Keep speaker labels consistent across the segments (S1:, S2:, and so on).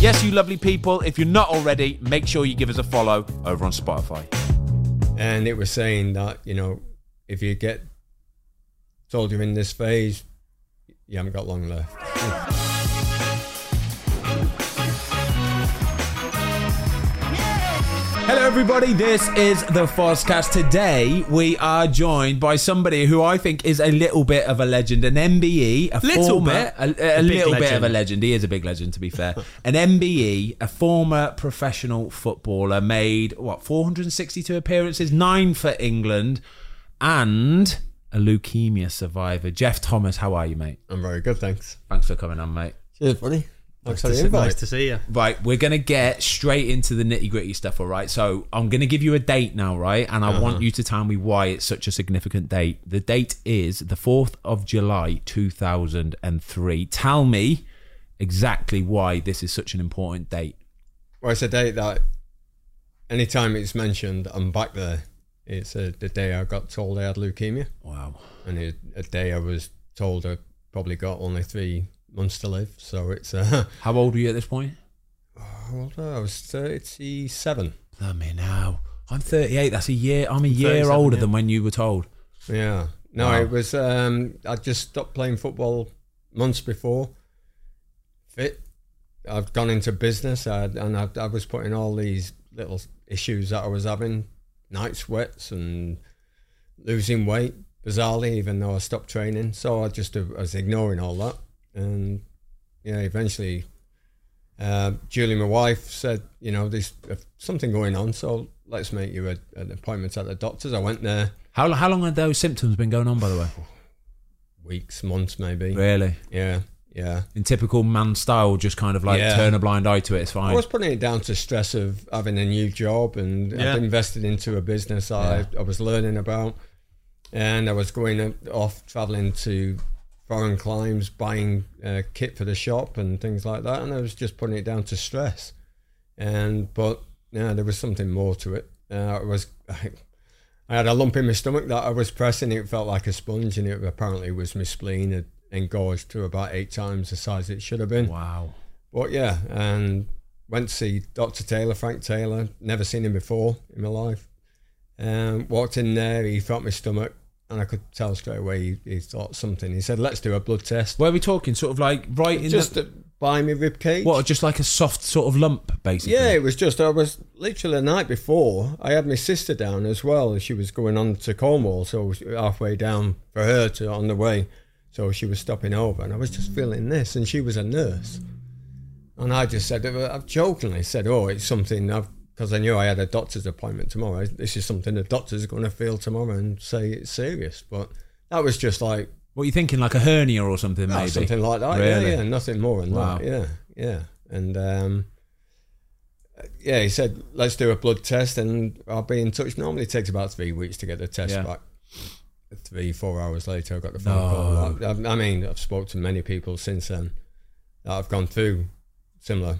S1: Yes, you lovely people, if you're not already, make sure you give us a follow over on Spotify.
S2: and it was saying that you know if you get told you're in this phase you haven't got long left
S1: Hello, everybody. This is the Foscast. Today, we are joined by somebody who I think is a little bit of a legend, an MBE, a
S3: Little
S1: former,
S3: bit?
S1: a, a, little bit
S3: legend.
S1: of a legend. He is a big legend, to be fair. an MBE, a former professional footballer, made what 462 appearances, nine for England, and a leukemia survivor. Jeff Thomas, how are you, mate?
S2: i'm very good thanks
S1: Thanks for coming on, mate.
S2: cheers buddy thanks for
S3: Nice
S2: the
S3: to-
S2: invite
S3: Nice to see you.
S1: Right, we're gonna get straight into the nitty gritty stuff. All right, so I'm gonna give you a date now, right? And I want you to tell me why it's such a significant date. The date is the fourth of July, two thousand and three. Tell me exactly why this is such an important date.
S2: well it's a date that anytime it's mentioned i'm back there it's uh the day i got told i had leukemia
S1: Wow.
S2: and it, a day i was told i probably got only three months to live so it's uh
S1: How old were you at this point?
S2: how old was I? I was 37
S1: I mean, now I'm 38. That's a year. I'm a year
S3: 37,
S1: older
S3: yeah.
S1: than when you were told.
S2: Yeah. No,
S1: Wow.
S2: it was. Um, I just stopped playing football months before. Fit. I've gone into business, I, and I, I was putting all these little issues that I was having, night sweats and losing weight. Bizarrely, even though I stopped training, so I just uh, was ignoring all that, and yeah, eventually. Uh, Julie, my wife, said, "You know, there's uh, something going on, so let's make you a, an appointment at the doctor's." I went there
S1: How how long had those symptoms been going on, by the way?
S2: weeks, months, maybe.
S1: Really,
S2: Yeah, yeah.
S1: in typical man style, just kind of like
S2: Yeah.
S1: turn a blind eye to it. It's fine.
S2: I was putting it down to stress of having a new job, and
S3: Yeah.
S2: I've invested into a business that I, I was learning about, and I was going off traveling to foreign climes, buying uh, kit for the shop and things like that, and I was just putting it down to stress. And but yeah, there was something more to it. Uh, I was. I, had a lump in my stomach that I was pressing. It felt like a sponge, and it apparently was my spleen had engorged to about eight times the size it should have been.
S1: wow.
S2: But yeah, and went to see Dr. Taylor, Frank Taylor. Never seen him before in my life. Um, walked in there, he felt my stomach, and I could tell straight away he, he thought something. He said, "Let's do a blood test."
S1: Where are we talking? Sort of like right in
S2: just
S1: the,
S2: to buy me rib cage.
S1: what, just like a soft sort of lump, basically.
S2: Yeah, it was just I was literally the night before. I had my sister down as well. She was going on to Cornwall, so I was halfway down for her to on the way. So she was stopping over, and I was just feeling this, and she was a nurse, and I just said, I've jokingly said, "Oh, it's something I've." Because I knew I had a doctor's appointment tomorrow. This is something the doctor's going to feel tomorrow and say it's serious. But that was just like
S1: What are you thinking? Like a hernia or something,
S2: Ah,
S1: maybe.
S2: something like that.
S1: Really?
S2: Yeah, yeah, nothing more than
S1: Wow.
S2: that. Yeah, yeah. And um, yeah, he said, let's do a blood test and I'll be in touch. Normally it takes about three weeks to get the test
S1: Yeah.
S2: back. Three, four hours later, I got the phone call. I, I mean, I've spoke to many people since then that I've gone through similar,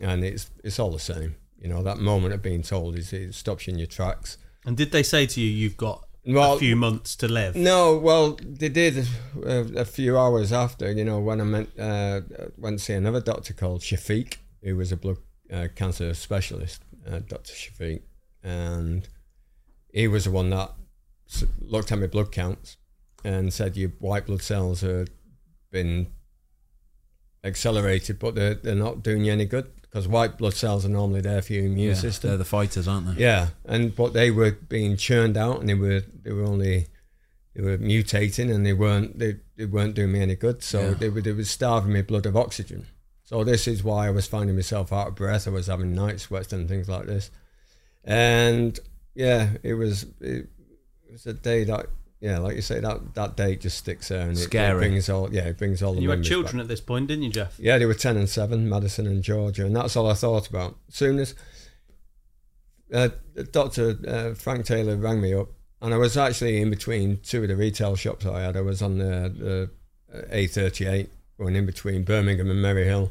S2: and it's it's all the same. You know, that moment of being told is it stops you in your tracks.
S3: And did they say to you, you've got
S2: Well-
S3: a few months to live?
S2: No, well, they did a, a few hours after. You know, when I met, uh, went to see another doctor called Shafiq, who was a blood uh, cancer specialist, uh, Doctor Shafiq, and he was the one that s- looked at my blood counts and said your white blood cells are been accelerated, but they're, they're not doing you any good because white blood cells are normally there for your immune
S1: Yeah,
S2: system.
S1: They're the fighters, aren't they?
S2: Yeah, and but they were being churned out, and they were they were only they were mutating, and they weren't they, they weren't doing me any good. So
S1: Yeah.
S2: they were they were starving me blood of oxygen. So this is why I was finding myself out of breath. I was having night sweats and things like this, and yeah, it was it was a day that yeah, like you say that that day just sticks there and it-
S1: Scary.
S2: It, brings all yeah it brings all the
S3: You had
S2: memories
S3: children
S2: back.
S3: at this point, didn't you, Jeff?
S2: Yeah, they were 10 and 7, Madison and Georgia, and that's all I thought about. soon as uh, Dr. Uh, Frank Taylor rang me up, and I was actually in between two of the retail shops I had. I was on the, the A38, going in between Birmingham and Maryhill.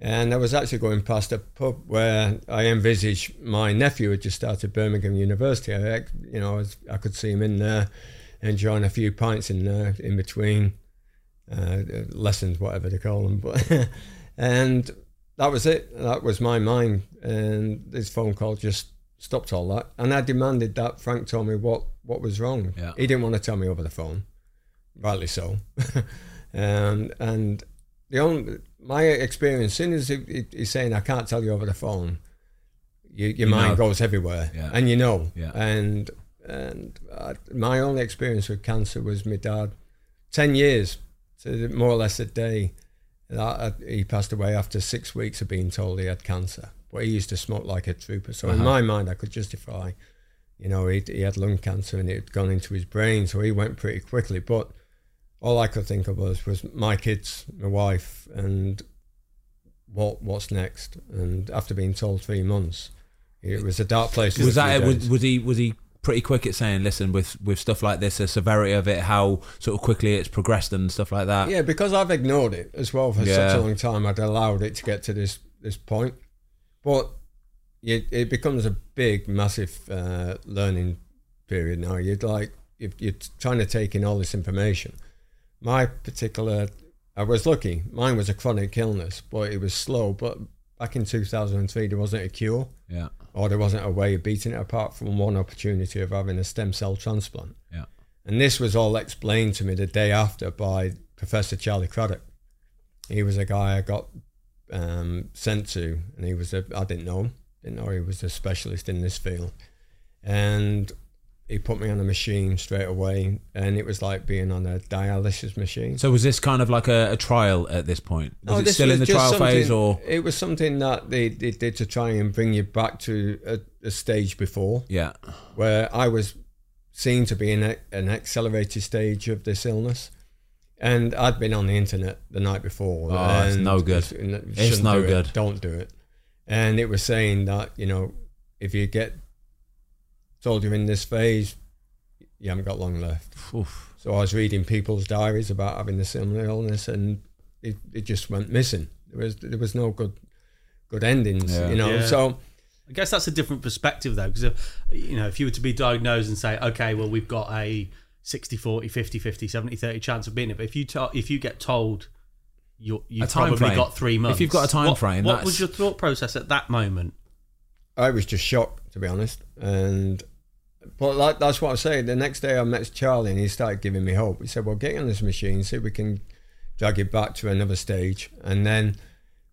S2: And I was actually going past a pub where I envisaged my nephew had just started Birmingham University. I, you know, I, was, I could see him in there, enjoying a few pints in there in between uh, lessons, whatever they call them. But and that was it. That was my mind. And this phone call just stopped all that. And I demanded that Frank told me what, what was wrong.
S1: Yeah.
S2: He didn't want to tell me over the phone, rightly so. um, and the only my experience, soon as he, he- he's saying, I can't tell you over the phone, you, your mind
S1: know.
S2: goes everywhere.
S1: Yeah.
S2: And you know.
S1: Yeah.
S2: And, and I, my only experience with cancer was my dad. 10 years, to the- more or less a day. And I, I, he passed away after six weeks of being told he had cancer. But he used to smoke like a trooper. So
S1: Uh-huh.
S2: in my mind, I could justify, you know, he, he had lung cancer and it had gone into his brain. So he went pretty quickly. But all I could think of was, was my kids, my wife, and what what's next. And after being told three months, it was a dark place. for
S1: was
S2: a few
S1: that it? was,
S2: days.
S1: was he was he pretty quick at saying listen with with stuff like this the severity of it how sort of quickly it's progressed and stuff like that
S2: Yeah, because I've ignored it as well for
S1: Yeah.
S2: such a long time. I'd allowed it to get to this this point, but it, it becomes a big, massive uh, learning period now. You'd like if you're trying to take in all this information. My particular, I was lucky. Mine was a chronic illness, but it was slow. But back in 2003, there wasn't a cure,
S1: yeah
S2: or there wasn't a way of beating it, apart from one opportunity of having a stem cell transplant.
S1: yeah
S2: And this was all explained to me the day after by Professor Charlie Craddock. He was a guy I got um, sent to, and he was a, I didn't know him, didn't know he was a specialist in this field. And he put me on a machine straight away, and it was like being on a dialysis machine.
S1: so was this kind of like a, a trial at this point was
S2: No,
S1: it
S2: Oh, this
S1: still in the
S2: was just
S1: trial phase
S2: something-
S1: or
S2: It was something that they, they did to try and bring you back to a, a stage before
S1: yeah
S2: where I was seen to be in a, an accelerated stage of this illness. And I'd been on the internet the night before.
S1: Oh, it's
S2: and
S1: no good.
S2: it's- n-
S1: It's
S2: shouldn't
S1: no
S2: do it.
S1: good.
S2: Don't do it. And it was saying that, you know, if you get told you're in this phase, you haven't got long left.
S1: Oof.
S2: So I was reading people's diaries about having a similar illness, and it, it just went missing. There was there was no good good endings,
S1: Yeah.
S2: you know.
S3: Yeah.
S2: So
S3: I guess that's a different perspective though, because you know, if you were to be diagnosed and say, okay, well, we've got a 60, 40, 50, 50, 70, 30 chance of being it. But if you, to- if you get told you're, you've
S1: time
S3: probably
S1: frame.
S3: got three
S1: If
S3: months.
S1: you've got a time
S3: what,
S1: frame,
S3: what
S1: that's-
S3: was your thought process at that moment?
S2: I was just shocked, to be honest. And but like, that's what I say. The next day, I met Charlie, and he started giving me hope. He said, "Well, get on this machine, see if we can drag it back to another stage." And then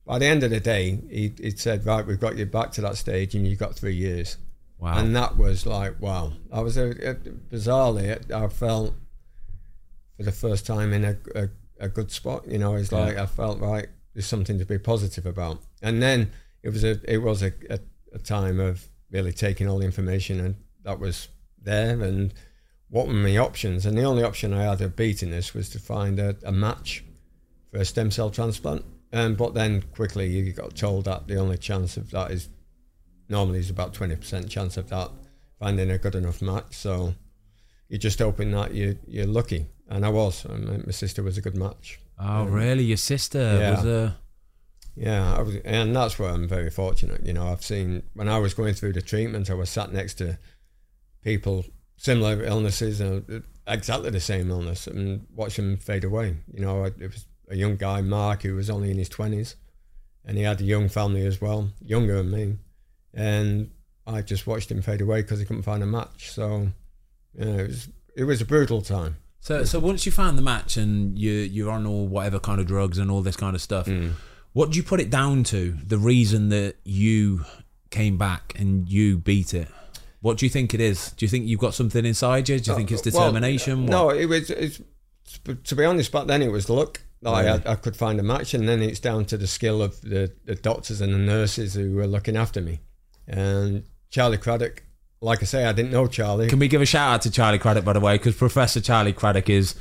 S2: by the end of the day, he he said, "Right, we've got you back to that stage, and you've got three years."
S1: wow
S2: And that was like, wow. I was uh, uh, bizarrely, I felt for the first time in a, a, a good spot. You know, it's like I felt like there's something to be positive about. And then it was a it was a, a, a time of really taking all the information and that was there and what were my options? And the only option I had of beating this was to find a, a match for a stem cell transplant. Um, but then quickly you got told that the only chance of that is normally is about 20% chance of that finding a good enough match. So you're just hoping that you, you're lucky. And I was. And my- my sister was a good match.
S1: oh really your sister
S2: Yeah.
S1: was a
S2: Yeah, I was, and that's where I'm very fortunate. You know, I've seen when I was going through the treatment, I was sat next to people similar illnesses, and exactly the same illness, and watch them fade away. You know, I- it was a young guy, Mark, who was only in his twenties, and he had a young family as well, younger than me, and I just watched him fade away because he couldn't find a match. So, yeah, it was it was a brutal time.
S1: so so once you found the match and you you're on all whatever kind of drugs and all this kind of stuff what do you put it down to the reason that you came back and you beat it what do you think it is do you think you've got something inside you do you think it's
S2: Uh, Well,
S1: determination
S2: no, it was. It's, to be honest, back then it was luck that I, had, I could find a match, and then it's down to the skill of the, the doctors and the nurses who were looking after me. And Charlie Craddock, like I say, I didn't know Charlie.
S1: Can we give a shout out to Charlie Craddock, by the way? Because Professor Charlie Craddock is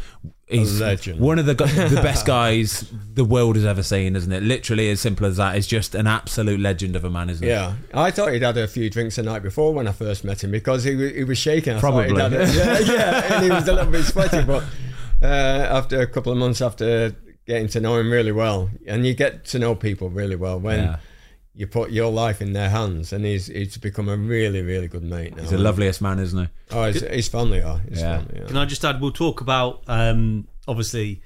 S1: he's
S2: legend.
S1: one of the gu- the best guys the world has ever seen, isn't it? Literally as simple as that. It's just an absolute legend of a man, isn't it?
S2: Yeah, I thought he'd had a few drinks the night before when I first met him because he wa- he was shaking. I thought he'd
S1: Probably.
S2: had a- yeah, yeah, and he was a little bit sweaty. But uh, after a couple of months after getting to know him really well, and you get to know people really well when
S1: Yeah.
S2: you put your life in their hands, and he's he's become a really really good mate now.
S1: He's the loveliest man, isn't he?
S2: Oh, his, his family are. His
S1: Yeah.
S2: family are.
S3: Can I just add, we'll talk about um, obviously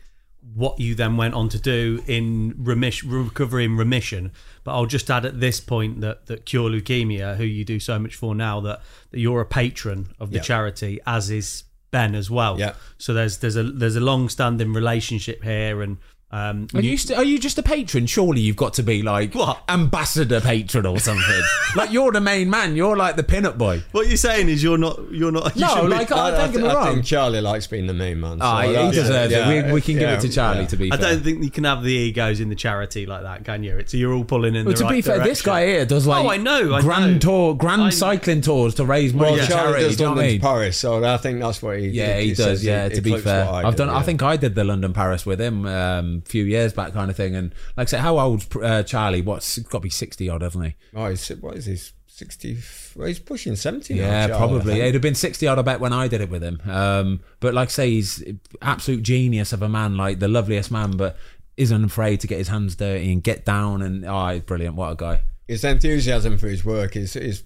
S3: what you then went on to do in remission, recovery and remission. But I'll just add at this point that that Cure Leukemia, who you do so much for now, that, that you're a patron of the
S2: Yeah.
S3: charity, as is Ben as well.
S2: Yeah.
S3: So there's there's a there's a long standing relationship here, and um,
S1: Are you, st- are you just a patron? Surely you've got to be like
S3: What?
S1: ambassador patron or something. like you're the main man. You're like the pinup boy.
S3: what you're saying is you're not you're not you
S1: No,
S3: should be-
S1: like, I- don't get me
S2: I
S1: wrong.
S2: think Charlie likes being the main man. so
S1: Ah, yeah, he
S2: that's-
S1: deserves it.
S2: Oh, yeah,
S1: We, we can give
S2: yeah,
S1: it to Charlie.
S2: yeah.
S1: To be
S3: I
S1: fair.
S3: don't think you can have the egos in the charity like that, can you? It's you're all pulling in
S1: Well,
S3: the
S1: to
S3: right
S1: be fair, this
S3: direction.
S1: guy here does like
S3: I know, I
S1: grand
S3: know.
S1: tour, grand
S3: I-
S1: cycling tours to raise money
S2: Well,
S1: for
S2: Charlie
S1: charity.
S2: does
S1: do you know what
S2: London
S1: I
S2: to
S1: mean?
S2: Paris, so I think that's what he.
S1: Yeah, he, does.
S2: says
S1: Yeah,
S2: it-
S1: to
S2: it
S1: be
S2: clicks
S1: fair,
S2: what
S1: I've
S2: do,
S1: done. I
S2: yeah.
S1: think I did the London Paris with him um, a few years back, kind of thing. And like I said, how old's uh, Charlie? What's got to be sixty odd, hasn't he?
S2: Oh, he's, what is he? Sixty? Well, he's pushing seventy. now,
S1: Yeah,
S2: Charlie, I
S1: probably.
S2: think.
S1: It'd have been 60 odd, I bet, when I did it with him. Um, but like I say, he's absolute genius of a man, like the loveliest man, but isn't afraid to get his hands dirty and get down. And oh, he's brilliant. What a guy.
S2: his enthusiasm for his work is is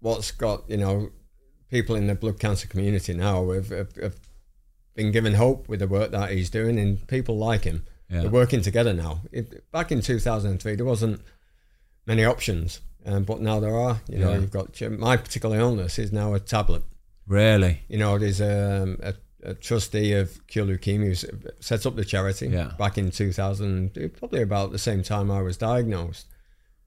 S2: what's got you know people in the blood cancer community now have, have, have been given hope with the work that he's doing and people like him
S1: Yeah.
S2: they're working together now it, back in 2003 there wasn't many options um, but now there are you know
S1: Yeah.
S2: you've got my particular illness is now a tablet
S1: Really?
S2: you know, there's um, a, a trustee of Cure Leukemia who s- set up the charity
S1: Yeah.
S2: back in 2000, probably about the same time I was diagnosed.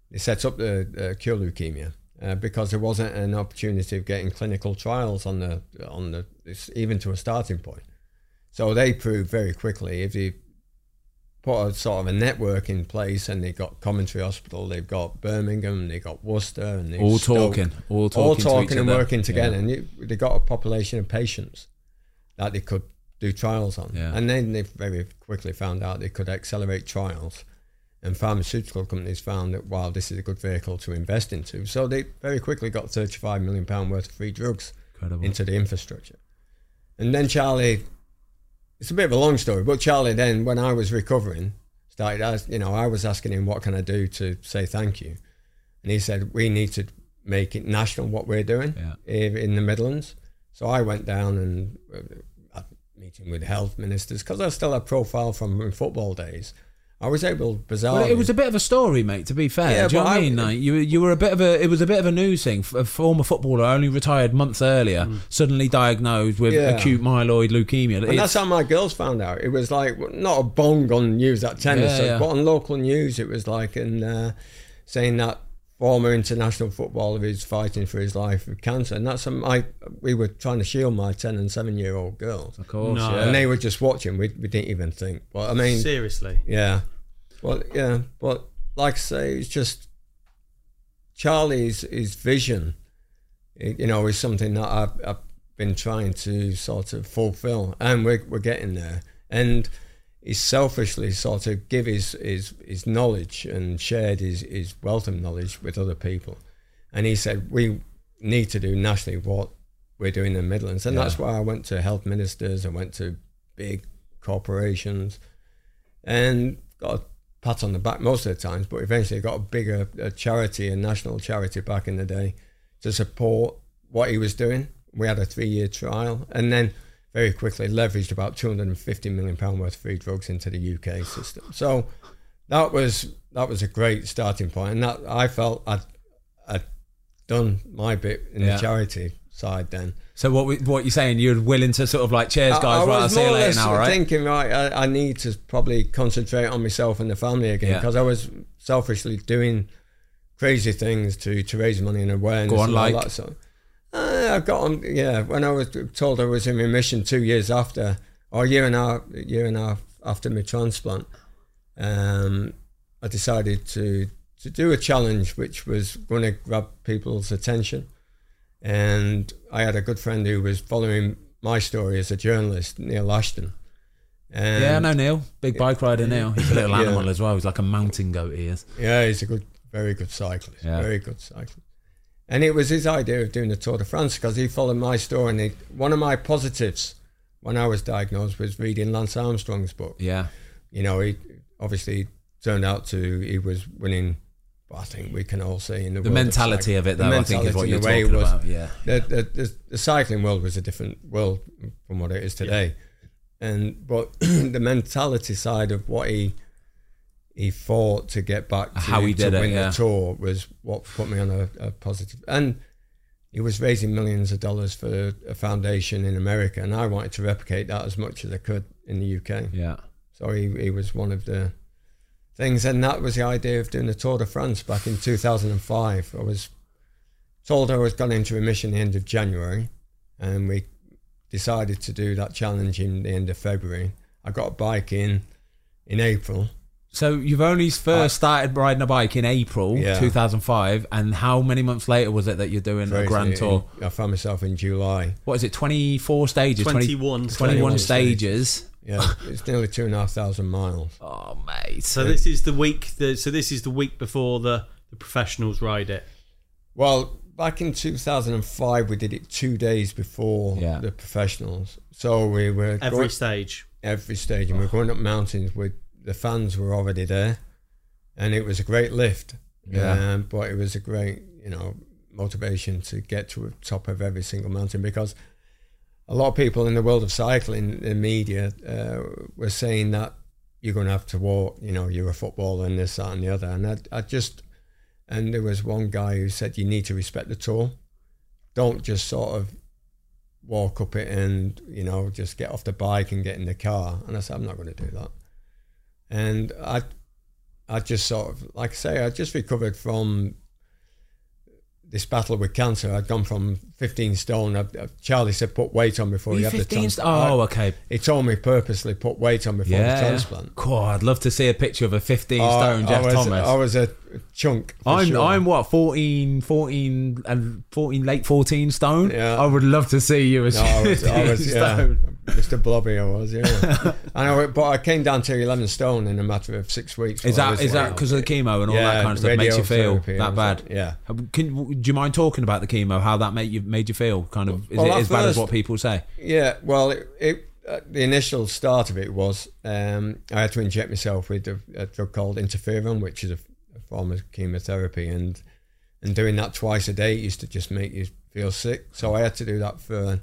S2: They set up the uh, Cure Leukemia uh, because there wasn't an opportunity of getting clinical trials on the on the it's even to a starting point. So they proved very quickly if you put a sort of a network in place, and they've got Coventry Hospital, they've got Birmingham, they've got Worcester, and they've
S1: All
S2: Stoke
S1: talking. All talking.
S2: all
S1: to
S2: talking
S1: each
S2: and
S1: other.
S2: working together,
S1: Yeah.
S2: and you, they got a population of patients that they could do trials on,
S1: Yeah.
S2: and then they very quickly found out they could accelerate trials, and pharmaceutical companies found that wow, this is a good vehicle to invest into. So they very quickly got thirty-five million pound worth of free drugs
S1: Incredible.
S2: into the infrastructure, and then Charlie. It's a bit of a long story, but Charlie then, when I was recovering, started as you know, I was asking him what can I do to say thank you. And he said, we need to make it national what we're doing
S1: Yeah.
S2: here in the Midlands. So I went down and uh, had a meeting with health ministers because I still had profile from my football days. I was able, bizarrely,
S1: Well, it was a bit of a story, mate. To be fair,
S2: Yeah,
S1: do you know
S2: but
S1: what I
S2: I-
S1: mean? Like, you you were a bit of a it was a bit of a news thing. A former footballer, only retired months earlier, suddenly diagnosed with
S2: Mm. Yeah.
S1: acute myeloid leukemia.
S2: and
S1: It's-
S2: that's how my girls found out. It was like not a bong on news at ten, or
S1: Yeah,
S2: so,
S1: yeah.
S2: but on local news, it was like and uh, saying that former international footballer is fighting for his life with cancer, and that's some. I we were trying to shield my ten and seven year old girls,
S1: of course,
S3: No.
S1: yeah.
S2: and they were just watching. We, we didn't even think. Well, I mean,
S3: Seriously.
S2: yeah. Well, yeah, but like I say, it's just Charlie's his vision. i- You know, is something that I've, I've been trying to sort of fulfill, and we're we're getting there. And he selfishly sort of give his his, his knowledge and shared his, his wealth of knowledge with other people. And he said we need to do nationally what we're doing in the Midlands, and that's why I went to health ministers, I went to big corporations, and got a pat on the back most of the times, but eventually got a bigger a charity, a national charity back in the day to support what he was doing. We had a three year trial and then very quickly leveraged about £250 million worth of free drugs into the UK system. So that was that was a great starting point and that I felt I'd, I'd done my bit in
S1: Yeah.
S2: the charity side then.
S1: So what we, what you saying? You're willing to sort of like, cheers, guys. right, I'll
S2: was
S1: see you
S2: more or
S1: later
S2: less
S1: now, right?
S2: Thinking right, I, I need to probably concentrate on myself and the family again
S1: Yeah.
S2: because I was selfishly doing crazy things to to raise money and awareness.
S1: Go on,
S2: and all
S1: like?
S2: that sort. Uh, I got on. Yeah, when I was told I was in remission two years after, or a year and a half, year and a half after my transplant, um, I decided to to do a challenge which was going to grab people's attention and I had a good friend who was following my story as a journalist, Neil Ashton. And
S1: Yeah, I know Neil. Big bike rider Neil. He's a little
S2: Yeah.
S1: animal as well. He's like a mountain goat. He is.
S2: Yeah, he's a good, very good cyclist.
S1: Yeah.
S2: Very good cyclist. And it was his idea of doing the Tour de France because he followed my story. And he, one of my positives when I was diagnosed was reading Lance Armstrong's book.
S1: Yeah.
S2: you know, he obviously turned out to he was winning. but I think we can all see in the,
S1: The
S2: world of
S1: mentality
S2: cycling-
S1: of it,
S2: the
S1: though, I think, is
S2: mentality
S1: what
S2: and
S1: you're
S2: the way it
S1: talking
S2: was-
S1: about. Yeah.
S2: The, the, the, the cycling world was a different world from what it is today. and but the mentality side of what he he fought to get back to,
S1: How he
S2: to
S1: did it,
S2: win
S1: yeah.
S2: the tour was what put me on a, a positive and he was raising millions of dollars for a foundation in America and I wanted to replicate that as much as I could in the UK
S1: Yeah.
S2: so he, he was one of the things and that was the idea of doing the Tour de France back in 2005 I was told I was going into remission the end of January and we decided to do that challenge in the end of February I got a bike in in April
S1: So you've only first started riding a bike in April
S2: Yeah.
S1: 2005, and how many months later was it that you're doing a
S2: Crazy.
S1: grand tour?
S2: I found myself in July.
S1: What is it? 24 stages, 20 21
S3: 21
S2: 21
S1: stages.
S2: Yeah, it's nearly two and a half thousand miles.
S1: Oh mate,
S3: So this is the week. The, so this is the week before the, the professionals ride it.
S2: Well, back in 2005, we did it two days before
S1: Yeah.
S2: the professionals. So we were
S3: Every
S2: going
S3: stage.
S2: every stage, and we were going up mountains. With the fans were already there, and it was a great lift.
S1: Yeah.
S2: um, but it was a great, you know, motivation to get to the top of every single mountain because a lot of people in the world of cycling, the media, uh, were saying that you're going to have to walk. You know, you're a footballer and this, that, and the other. And I, I just, and there was one guy who said you need to respect the tour. Don't just sort of walk up it and you know just get off the bike and get in the car. And I said I'm not going to do that. And I, I just sort of like I say I just recovered from this battle with cancer. I'd gone from 15 stone. I, I- Charlie said put weight on before
S1: Were
S2: you
S1: you
S2: have the
S1: 15
S2: trans-
S1: st- Oh,
S2: I-
S1: okay.
S2: he told me purposely put weight on before
S1: Yeah.
S2: the transplant.
S1: Cool. I'd love to see a picture of a 15
S2: I-
S1: stone Jeff
S2: I was,
S1: Thomas.
S2: I was a chunk. for
S1: I'm
S2: sure.
S1: I'm what 14, 14 and 14 late 14 stone.
S2: Yeah.
S1: I would love to see you as
S2: No, I was, I
S1: 15
S2: was yeah,
S1: stone.
S2: Mr. Blobby, I was, yeah. I know, but I came down to 11 stone in a matter of six weeks.
S1: Is
S2: Well, I
S1: that
S2: was
S1: is that
S2: like-
S1: because of the chemo and all that
S2: Yeah,
S1: kind of stuff makes you feel
S2: radiotherapy, I
S1: that
S2: was
S1: bad?
S2: like- yeah.
S1: Can, do you mind talking about the chemo? How that made you made you feel? Kind of is
S2: Well,
S1: it
S2: at
S1: as bad as
S2: first-
S1: what people say?
S2: Yeah, well, it, it uh, the initial start of it was um, I had to inject myself with a, a drug called interferon, which is a, a form of chemotherapy, and and doing that twice a day used to just make you feel sick. So I had to do that for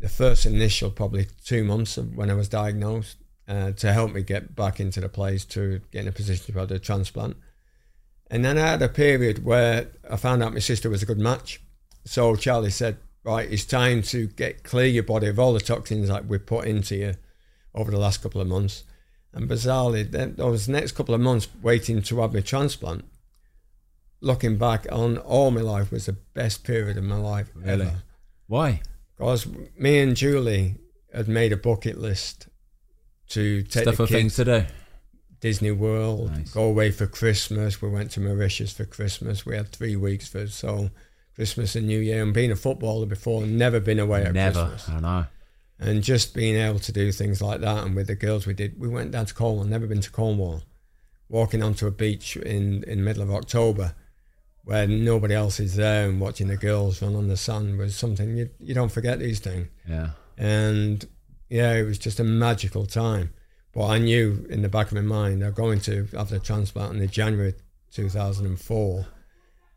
S2: the first initial probably two months of when I was diagnosed uh, to help me get back into the place to get in a position to be able to transplant. And then I had a period where I found out my sister was a good match. So Charlie said, right, it's time to get clear your body of all the toxins that we put into you over the last couple of months. And bizarrely, then those next couple of months waiting to have my transplant, looking back on all my life was the best period of my life
S1: Really?
S2: ever.
S1: Why?
S2: Because me and Julie had made a bucket list to take
S1: Stuff
S2: the
S1: of things
S2: kids
S1: to do.
S2: Disney World,
S1: Nice.
S2: go away for Christmas. We went to Mauritius for Christmas. We had three weeks for so Christmas and New Year. And being a footballer before, never been away at
S1: Never.
S2: Christmas.
S1: I know.
S2: And just being able to do things like that. And with the girls, we did. We went down to Cornwall. Never been to Cornwall. Walking onto a beach in in the middle of October, where nobody else is there, and watching the girls run on the sun was something you you don't forget these things
S1: Yeah.
S2: and yeah, it was just a magical time. But I knew in the back of my mind, I'm going to have the transplant in January 2004,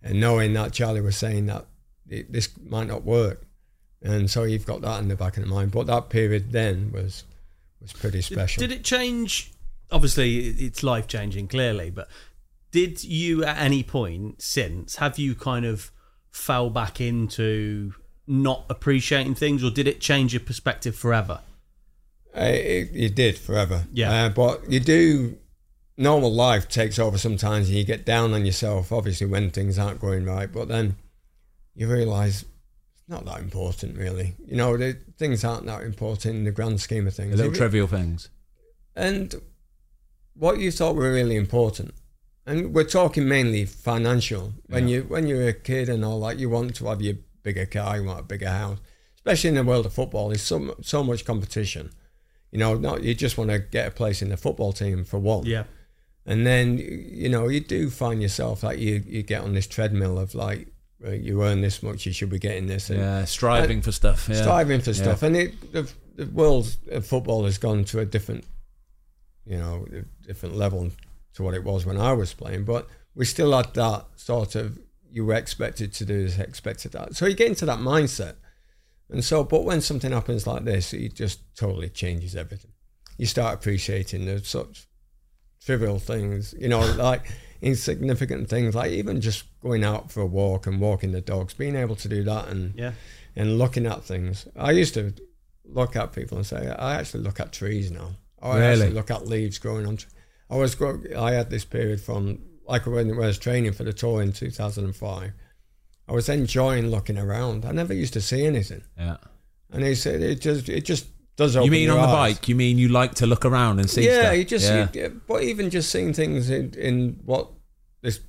S2: and knowing that Charlie was saying that it, this might not work, and so you've got that in the back of the mind. But that period then was was pretty special.
S3: Did it change? Obviously, it- it's life changing, clearly. But did you, at any point since, have you kind of fell back into not appreciating things, or did it change your perspective forever?
S2: Uh, It, you did forever.
S3: Yeah.
S2: Uh, but you do. Normal life takes over sometimes, and you get down on yourself. Obviously, when things aren't going right, but then you realise it's not that important, really. You know, the, things aren't that important in the grand scheme of
S1: The
S2: things.
S1: little
S2: If it-
S1: trivial things.
S2: and what you thought were really important. And we're talking mainly financial. When you when you're a kid and all that, you want to have your bigger car, you want a bigger house. Especially in the world of football, there's so mu- so much competition. You know, not you just want to get a place in the football team for one.
S3: Yeah.
S2: And then you know you do find yourself like you you get on this treadmill of like well, you earn this much, you should be getting this. And
S1: Yeah. Striving for stuff. Yeah.
S2: Uh, striving for stuff. And it, the, the world of football has gone to a different, you know, a different level to what it was when I was playing. But we still had that sort of you were expected to do this, expected that. So you get into that mindset And so, but when something happens like this, it just totally changes everything. You start appreciating the such trivial things, you know, like insignificant things, like even just going out for a walk and walking the dogs, being able to do that and
S3: Yeah.
S2: and looking at things. I used to look at people and say, I actually look at trees now. Or I
S1: Really?
S2: actually look at leaves growing on. tre- I was grow- I had this period from like when I was training for the tour in 2005. I was enjoying looking around. I never used to see anything,
S1: Yeah.
S2: and he said it just it just does. Open
S1: You mean
S2: your
S1: on the
S2: eyes.
S1: bike? You mean you like to look around and see
S2: Yeah,
S1: stuff?
S2: you just
S1: yeah.
S2: you- but even just seeing things in, in what this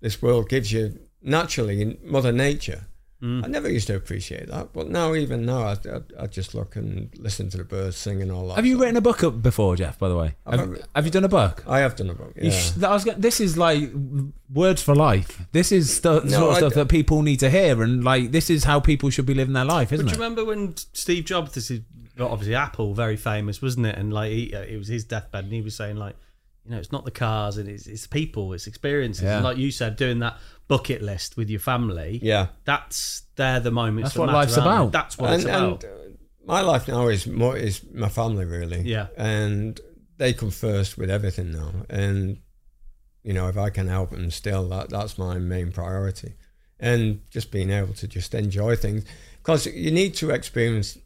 S2: this world gives you naturally in Mother Nature.
S1: Mm.
S2: I never used to appreciate that, but now even now I, I, I just look and listen to the birds sing and all that.
S1: Have you written a book up before, Jeff? By the way,
S2: I've-
S1: have, have you done a book?
S2: I have done a book. Yeah.
S1: You sh- I was gonna, this is like words for life. This is stu-
S2: No,
S1: sort of
S2: I-
S1: stuff that people need to hear, and like this is how people should be living their life,
S3: But
S1: isn't
S3: do you
S1: it?
S3: remember when Steve Jobs, this is well, obviously Apple, very famous, wasn't it? And like he, uh, it was his deathbed, and he was saying like, you know, it's not the cars, and it's it's people, it's experiences.
S1: Yeah.
S3: And like you said, doing that bucket list with your family.
S2: yeah.
S3: That's they're the moments.
S1: That's
S3: that
S1: what
S3: matter,
S1: life's
S3: aren't they?
S1: about.
S3: That's what
S2: and,
S3: it's about.
S2: and, uh, my life now is more is my family really.
S3: Yeah.
S2: and they come first with everything now. And you know, if I can help them still, that that's my main priority. And just being able to just enjoy things because you need to experience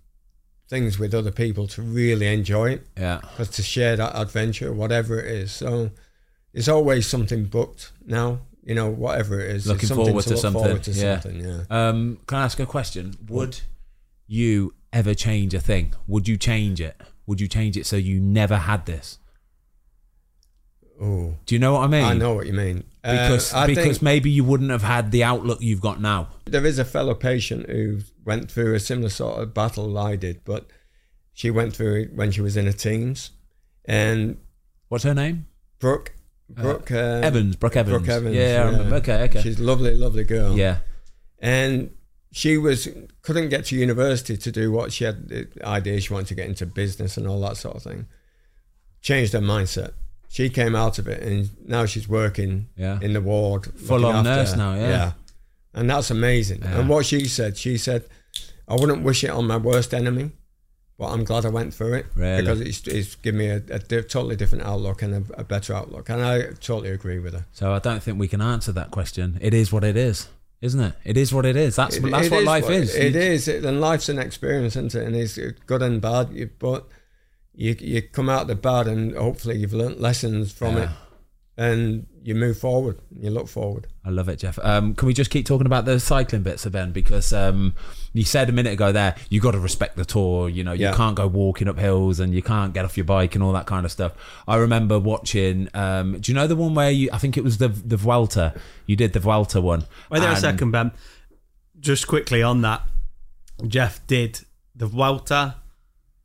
S2: things with other people to really enjoy it.
S1: Yeah.
S2: Because to share that adventure, whatever it is, so there's always something booked now. You know, whatever it is, there's
S1: Looking
S2: something
S1: forward to
S2: look
S1: something,
S2: Forward to
S1: yeah.
S2: something, yeah.
S1: Um, can I ask a question? Would you ever change a thing? Would you change it? Would you change it so you never had this?
S2: Oh,
S1: Do you know what I mean?
S2: I know what you mean. Uh,
S1: Because
S2: I
S1: because
S2: think-
S1: maybe you wouldn't have had the outlook you've got now.
S2: There is a fellow patient who went through a similar sort of battle I did, but she went through it when she was in her teens. And
S1: What's her name?
S2: Brooke, Brooke um,
S1: Evans. Brooke Evans.
S2: Brooke Evans.
S1: Yeah, I remember. Okay. Okay.
S2: She's a lovely, lovely girl.
S1: yeah.
S2: And she was couldn't get to university to do what she had the idea she wanted to get into business and all that sort of thing. Changed her mindset. She came out of it, and now she's working
S1: Yeah.
S2: in the ward.
S1: Full
S2: looking
S1: on
S2: after
S1: nurse
S2: her.
S1: now, yeah.
S2: And that's amazing. And what she said, she said, I wouldn't wish it on my worst enemy, but I'm glad I went through it
S1: Really?
S2: because it's, it's given me a, a di- totally different outlook and a, a better outlook. And I totally agree with her.
S1: So I don't think we can answer that question. It is what it is, isn't it? It is what it is. That's
S2: It-
S1: that's
S2: it
S1: what life
S2: what-
S1: is.
S2: It
S1: You-
S2: is. It, and life's an experience, isn't it? And it's good and bad. You, but you, you come out the bad and hopefully you've learnt lessons from it and you move forward. You look forward.
S1: I love it, Jeff. Um, can we just keep talking about the cycling bits again? Because um, you said a minute ago there, you got to respect the tour. You know, you
S2: Yeah.
S1: can't go walking up hills and you can't get off your bike and all that kind of stuff. I remember watching. Um, do you know the one where you? I think it was the the Vuelta. You did the Vuelta one.
S3: Wait there
S1: And-
S3: a second, Ben. Just quickly on that, Jeff did the Vuelta,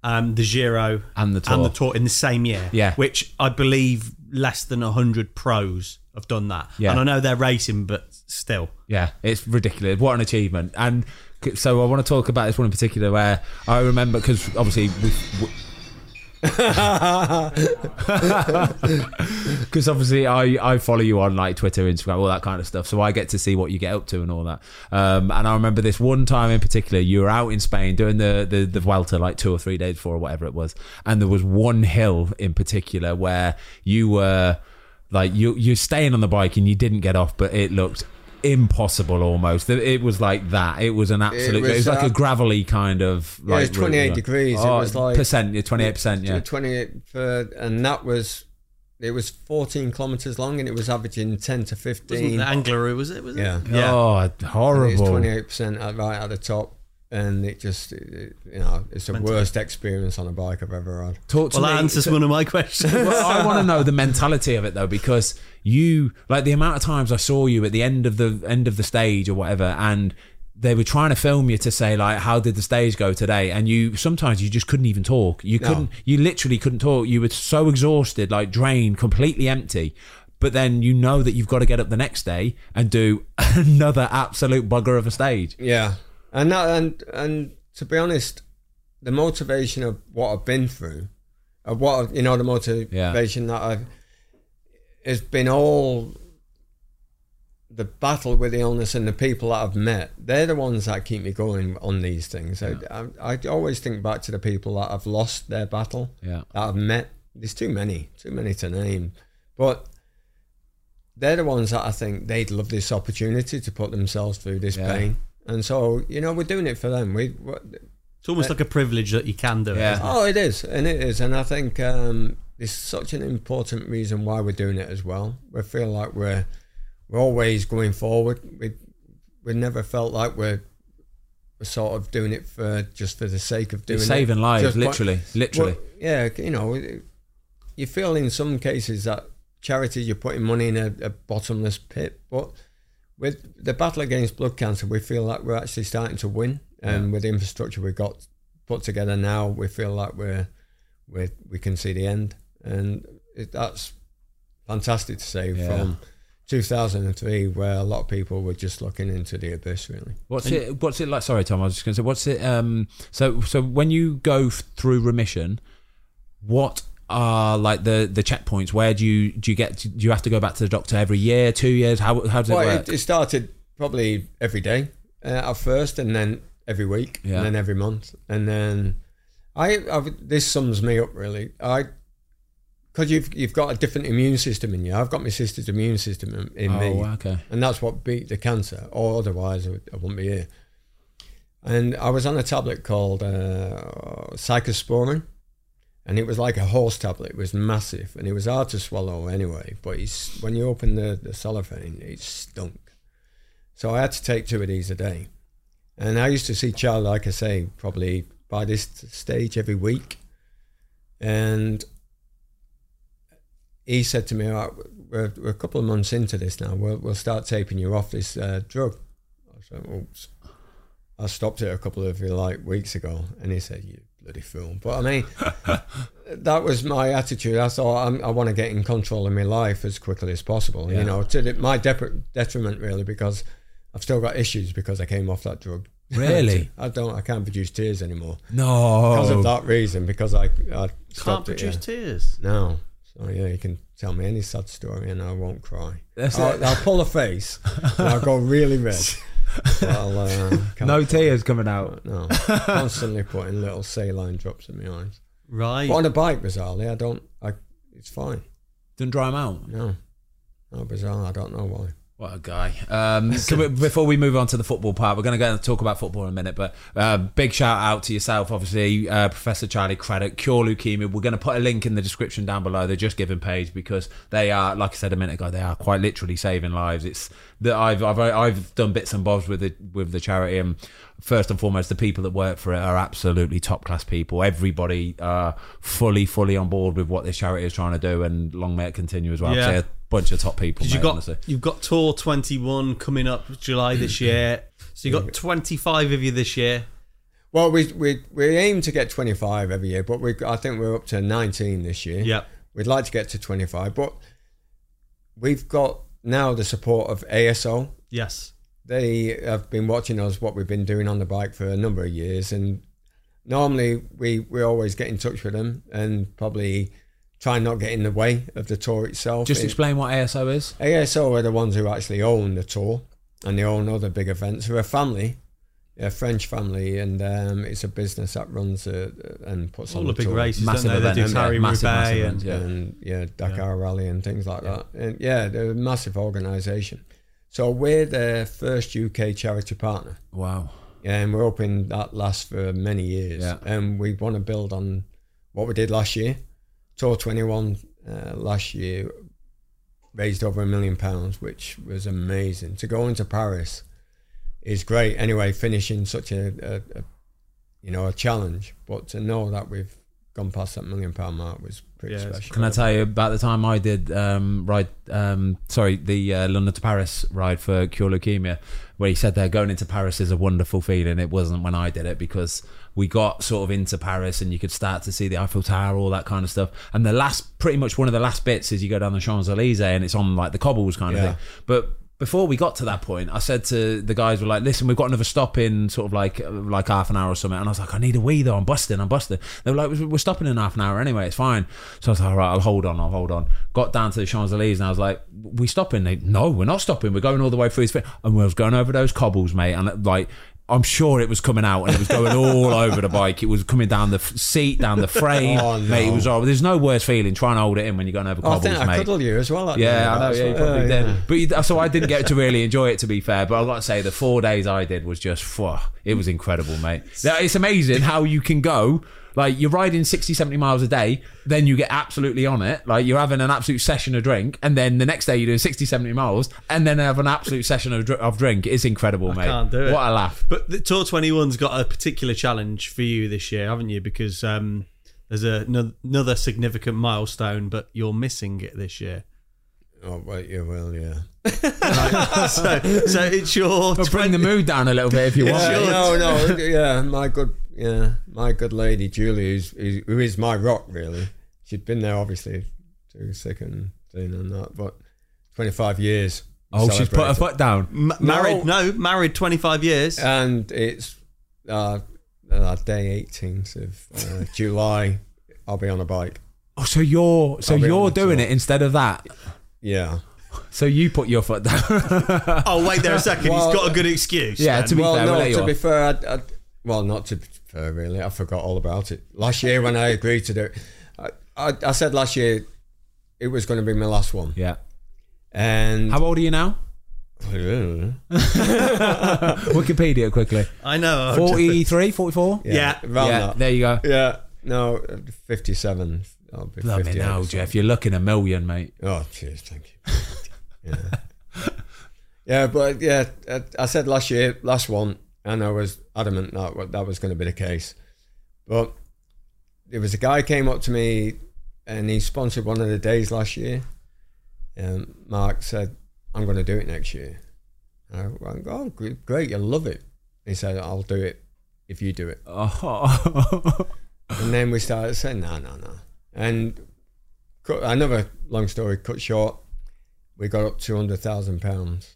S3: um, the Giro,
S1: And the
S3: and
S1: Tour.
S3: the Tour in the same year.
S1: Yeah.
S3: which I believe less than hundred pros have done that.
S1: Yeah.
S3: and I know they're racing, but still,
S1: Yeah, it's ridiculous. What an achievement! And c- so I want to talk about this one in particular where I remember because obviously because obviously I I follow you on like Twitter, Instagram, all that kind of stuff. So I get to see what you get up to and all that. Um, and I remember this one time in particular, you were out in Spain doing the the the Vuelta like two or three days before or whatever it was, and there was one hill in particular where you were like you you're staying on the bike and you didn't get off, but it looked impossible almost it was like that it was an absolute it was,
S2: was
S1: like a
S2: that-
S1: gravelly kind of like
S2: it was 28
S1: route.
S2: degrees. It
S1: oh,
S2: was like-
S1: percent yeah 28% yeah
S2: 28 for, and that was, it was 14 kilometres long and it was averaging 10 to 15.
S3: wasn't the Angleroo was it? Was it?
S2: Yeah.
S3: yeah.
S1: oh horrible
S2: It's twenty eight percent right at the top, and it just it- it- you know it's the worst experience on a bike I've ever had.
S1: Talk to
S3: Well,
S1: me.
S3: that answers one of my questions.
S1: Well, I want to know the mentality of it though, because you like the amount of times I saw you at the end of the end of the stage or whatever, and they were trying to film you to say like, "How did the stage go today?" And you sometimes you just couldn't even talk. You couldn't. You literally couldn't talk. You were so exhausted, like drained, completely empty. But then you know that you've got to get up the next day and do another absolute bugger of a stage.
S2: Yeah, and that, and and to be honest, the motivation of what I've been through, of what you know, the motivation that I've, it's been all the battle with the illness and the people that I've met, they're the ones that keep me going on these things. I, I, I always think back to the people that I've lost their battle,
S1: Yeah.
S2: that I've met. There's too many, too many to name. But they're the ones that I think they'd love this opportunity to put themselves through this
S1: Yeah.
S2: pain. And so, you know, we're doing it for them. We, we
S3: It's almost like a privilege that you can do
S1: Uh, Yeah.
S3: it.
S2: Oh, it is, and it is, and I think um, it's such an important reason why we're doing it as well. We feel like we're we're always going forward. We we never felt like we're, we're sort of doing it for just for the sake of doing
S1: You're
S2: it.
S1: saving lives,
S2: Just what-
S1: literally, literally.
S2: well, yeah, you know, it- you feel in some cases that charities you're putting money in a, a bottomless pit, but with the battle against blood cancer, we feel like we're actually starting to win, and with the infrastructure we've got put together now, we feel like we're we we can see the end, and it, that's fantastic to say
S1: Yeah.
S2: from 2003, where a lot of people were just looking into the abyss, really.
S1: What's it? What's it like? Sorry, Tom. I was just going to say, what's it? Um, so, so when you go f- through remission, what are like the the checkpoints? Where do you do you get? Do you have to go back to the doctor every year, two years? How how does it
S2: Well,
S1: work?
S2: it, it started probably every day uh, at first, and then every week,
S1: Yeah.
S2: and then every month, and then I, I. This sums me up really. I because you've you've got a different immune system in you. I've got my sister's immune system in, in
S1: oh,
S2: me,
S1: okay.
S2: and that's what beat the cancer. Or otherwise, I, would- I wouldn't be here. And I was on a tablet called uh, Cyclosporin, and it was like a horse tablet. It was massive, and it was hard to swallow anyway. But it's, when you open the, the cellophane, it stunk. So I had to take two of these a day. And I used to see Charlie, like I say, probably by this stage every week. And he said to me, All right, we're, we're a couple of months into this now. We'll, we'll start taping you off this uh, drug. I said, oops. I stopped it a couple of like weeks ago. And he said, you bloody fool. But I mean, that was my attitude. I thought I'm, I want to get in control of my life as quickly as possible.
S1: Yeah.
S2: You know, to the, my depre- detriment really, because I've still got issues because I came off that drug.
S1: Really?
S2: I don't. I can't produce tears anymore because of
S1: No.
S2: that reason. Because I, I
S3: Can't
S2: stopped it, yeah.
S3: produce tears.
S2: No. So yeah, you can tell me any sad story and I won't cry.
S1: That's it.
S2: I'll, I'll pull a face and I'll go really red. But I'll, uh, can't-
S1: No tears coming out.
S2: No. Constantly putting little saline drops in my eyes.
S3: Right.
S2: But on a bike, bizarrely, I don't. I. It's fine.
S1: Don't dry them out.
S2: No. No, bizarre. I don't know why.
S1: What a guy. Um, can we, before we move on to the football part, we're going to go and talk about football in a minute, but uh, big shout out to yourself, obviously, uh, Professor Charlie Craddock, Cure Leukemia. We're going to put a link in the description down below, the Just Giving page, because they are, like I said a minute ago, they are quite literally saving lives. It's that I've, I've I've done bits and bobs with the with the charity, and first and foremost, the people that work for it are absolutely top class people. Everybody are fully, fully on board with what this charity is trying to do, and long may it continue as well. So,
S3: Yeah.
S1: a bunch of top people.
S3: you
S1: mate,
S3: got
S1: honestly.
S3: you've got tour 21 coming up July this year. So you got 25 of you this year.
S2: Well, we we we aim to get 25 every year, but we I think we're up to 19 this year.
S3: Yep.
S2: We'd like to get to 25, but we've got now the support of ASO.
S3: Yes.
S2: they have been watching us what we've been doing on the bike for a number of years and normally we we always get in touch with them and probably try and not get in the way of the tour itself
S1: Just
S2: It-
S1: explain what ASO is.
S2: ASO are the ones who actually own the tour and they own other big events they're a family they're a French family and um, it's a business that runs uh, and puts
S3: All
S2: on
S3: the big
S2: tour.
S3: races,
S1: Massive
S3: don't they? They do
S1: event, yeah.
S3: Paris
S1: Massive, massive
S3: Roubaix
S1: event,
S3: and uh,
S1: yeah.
S2: and yeah, Dakar Rally and things like that. And yeah, they're a massive organisation. So we're their first UK charity partner,
S1: Wow.
S2: and we're hoping that lasts for many years.
S1: Yeah.
S2: And we want to build on what we did last year. Tour 21 uh, last year raised over a million pounds, which was amazing. To go into Paris is great. Anyway, finishing such a, a, a you know a challenge, but to know that we've gone past that million pound mark was pretty
S3: Yeah, it's
S2: special.
S1: Can I tell you about the time I did um, ride? Um, sorry, the uh, London to Paris ride for Cure Leukemia, where he said there going into Paris is a wonderful feeling. It wasn't when I did it because we got sort of into Paris and you could start to see the Eiffel Tower, all that kind of stuff. And the last, pretty much one of the last bits is you go down the Champs Elysees and it's on like the cobbles kind
S2: Yeah.
S1: of thing. But before we got to that point, I said to the guys, "We're like, listen, we've got another stop in sort of like uh, like half an hour or something." And I was like, "I need a wee though. I'm busting. I'm busting." They were like, "We're we're stopping in half an hour anyway. It's fine." So I was like, "All right, I'll hold on. I'll hold on." Got down to the Champs Elysees and I was like, "We stopping?" They, "No, we're not stopping. We're going all the way through." this bit." And we was going over those cobbles, mate, and like. I'm sure it was coming out and it was going all over the bike. It was coming down the f- seat, down the frame.
S2: Oh, no.
S1: Mate, it was horrible. There's no worse feeling trying to hold it in when you're going over
S2: Oh, I
S1: cobbles,
S2: think I
S1: mate.
S2: cuddle you as well. that day,
S1: Yeah, I know.
S2: that's
S1: Yeah, you
S2: what-
S1: probably
S3: Oh,
S2: yeah,
S1: did.
S2: yeah.
S1: But you- so I didn't get to really enjoy it, to be fair. But I've got to say, the four days I did was just, phew, it was incredible, mate. That- It's amazing how you can go. Like you're riding 60, 70 miles a day, then you get absolutely on it. Like you're having an absolute session of drink, and then the next day you're doing 60, 70 miles, and then have an absolute session of, dr- of drink. It's incredible, mate.
S3: can't do it.
S1: What a laugh.
S3: But the Tour 21's got a particular challenge for you this year, haven't you? Because um, there's a, no- another significant milestone, but you're missing it this year.
S2: Oh, wait, you will, yeah.
S3: so, so it's your
S1: But bring the mood down a little bit if you want.
S3: It's your-
S2: no, no, yeah, my good, yeah, my good lady Julie, who's, who's- who is my rock really. She'd been there obviously through sick and thing and that, but twenty five years. we
S1: Oh, she's put her
S2: celebrated.
S1: foot down.
S3: M- married, no, married 25 years.
S2: and it's uh, uh, day eighteenth of uh, July. I'll be on a bike.
S1: Oh, so you're so
S2: I'll be
S1: you're
S2: honest,
S1: doing
S2: yeah.
S1: it instead of that.
S2: Yeah.
S1: So you put your foot down.
S3: oh, wait there a second.
S2: Well-
S3: He's got a good excuse.
S1: yeah,
S3: then.
S1: to be
S2: well,
S1: fair, we'll
S2: no,
S1: let you
S2: to
S1: off.
S2: be fair, I'd, I'd, well, not to be fair, really. I forgot all about it last year when I agreed to do it. I, I, I said last year it was going to be my last one,
S1: Yeah.
S2: and
S1: How old are you now? Wikipedia quickly.
S3: I
S2: Oh,
S3: know. I'm just-
S1: 43, 44?
S3: Yeah.
S2: around
S1: Yeah,
S2: that.
S1: there you go.
S2: yeah, no, fifty-seven. I'll be
S1: Bloody
S2: 58
S1: hell,
S2: or
S1: Jeff. You're looking a million, mate.
S2: Oh, cheers, thank you. yeah. yeah, but yeah, I- I said last year, last one, and I was adamant that wa- that was going to be the case. But there was a guy came up to me, and he sponsored one of the days last year. And Mark said, "I'm going to do it next year." And I went, "Oh, gr- great, you'll love it." He said, "I'll do it if you do it."
S1: Oh.
S2: And then we started saying, no, no, no. And cut, another long story cut short, we got up £200,000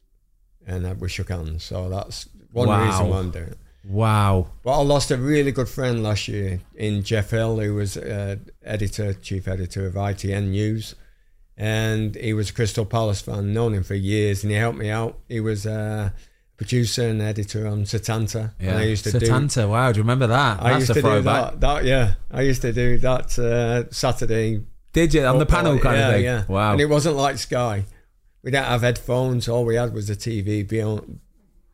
S2: and uh, we shook hands. So that's one
S1: Wow.
S2: reason why I'm doing it.
S1: wow.
S2: But I lost a really good friend last year in Jeff Hill, who was uh, editor, chief editor of ITN News. And he was a Crystal Palace fan, known him for years, and he helped me out. He was uh, a producer and editor on Satanta.
S1: Yeah.
S2: And I used to do
S1: Satanta, wow. Do you remember that?
S2: I
S1: That's
S2: used
S1: a
S2: to do
S1: throwback.
S2: that, that. Yeah, I used to do that uh, Saturday
S1: Did you? On the panel
S2: football.
S1: kind
S2: yeah,
S1: of thing.
S2: Yeah.
S1: Wow.
S2: And it wasn't like Sky. We didn't have headphones. All we had was a TV beyond,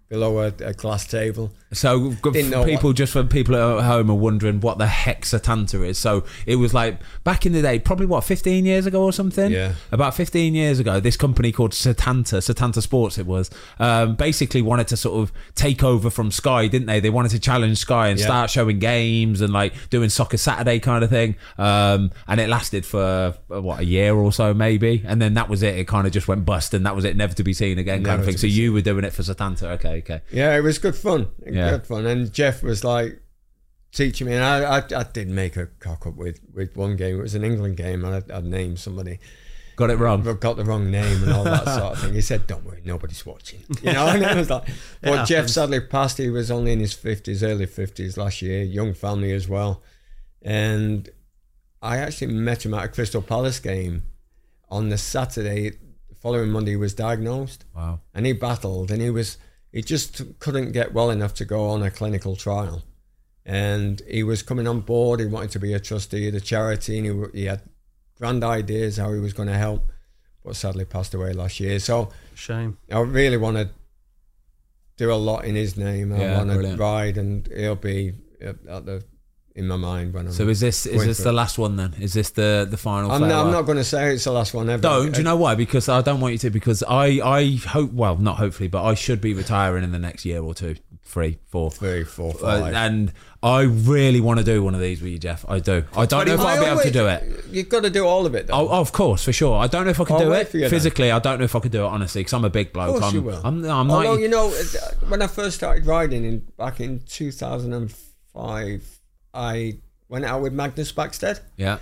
S2: below a, a glass table.
S1: So good
S2: Didn't
S1: for
S2: know
S1: people, just for people at home, are wondering what the heck Satanta is. So it was like back in the day, probably what fifteen years ago or something.
S2: Yeah.
S1: about fifteen years ago, this company called Satanta, Satanta Sports, it was, um, basically wanted to sort of take over from Sky, didn't they? They wanted to challenge Sky and
S2: Yeah.
S1: start showing games and like doing Soccer Saturday kind of thing. Um, and it lasted for uh, what a year or so, maybe, and then that was it. It kind of just went bust, and that was it, never to be seen again, kind
S2: Never
S1: of thing.
S2: to
S1: So
S2: be
S1: you were doing it for Satanta, okay, okay.
S2: Yeah, it was good fun.
S1: Yeah.
S2: Good fun. And Jeff was like teaching me. And I, I, I did make a cock up with, with one game. It was an England game, and I'd, I'd named somebody.
S1: Got it wrong.
S2: I've got the wrong name and all that sort of thing. He said, "Don't worry, nobody's watching." You know, and I was like, "But Jeff
S3: happens.
S2: sadly passed. He was only in his fifties, early fifties last year. Young family as well." And I actually met him at a Crystal Palace game on the Saturday. The following Monday, he was diagnosed
S1: Wow.
S2: and he battled and he was he just couldn't get well enough to go on a clinical trial and he was coming on board he wanted to be a trustee of the charity and he, w- he had grand ideas how he was going to help but sadly passed away last year so
S3: Shame.
S2: i really want to do a lot in his name i
S1: Yeah,
S2: want to
S1: brilliant.
S2: ride and he'll be at at the in my mind when i'm
S1: So is this is
S2: Wait
S1: this
S2: for
S1: the
S2: it.
S1: last one then? Is this the the final?
S2: i'm not,
S1: farewell?
S2: I'm not going to say it's the last one ever
S1: Don't. Do you know why? Because I don't want you to. Because I I hope well not hopefully, but I should be retiring in the next year or two, three, four.
S2: three four
S1: Uh,
S2: five
S1: and I really want to do one of these with you, Jeff. I do. I don't know if I'll be able to do it.
S2: you've got to do all of it though.
S1: Oh, of course, for sure. I don't know if I can
S2: I'll
S1: do
S2: wait
S1: it
S2: for you then.
S1: physically. I don't know if I can do it honestly, because I'm a big bloke.
S2: Of course
S1: I'm,
S2: you will.
S1: I'm, I'm
S2: Although
S1: 90
S2: you know, uh, when I first started riding in back in 2005, I went out with Magnus Backstead
S1: yeah.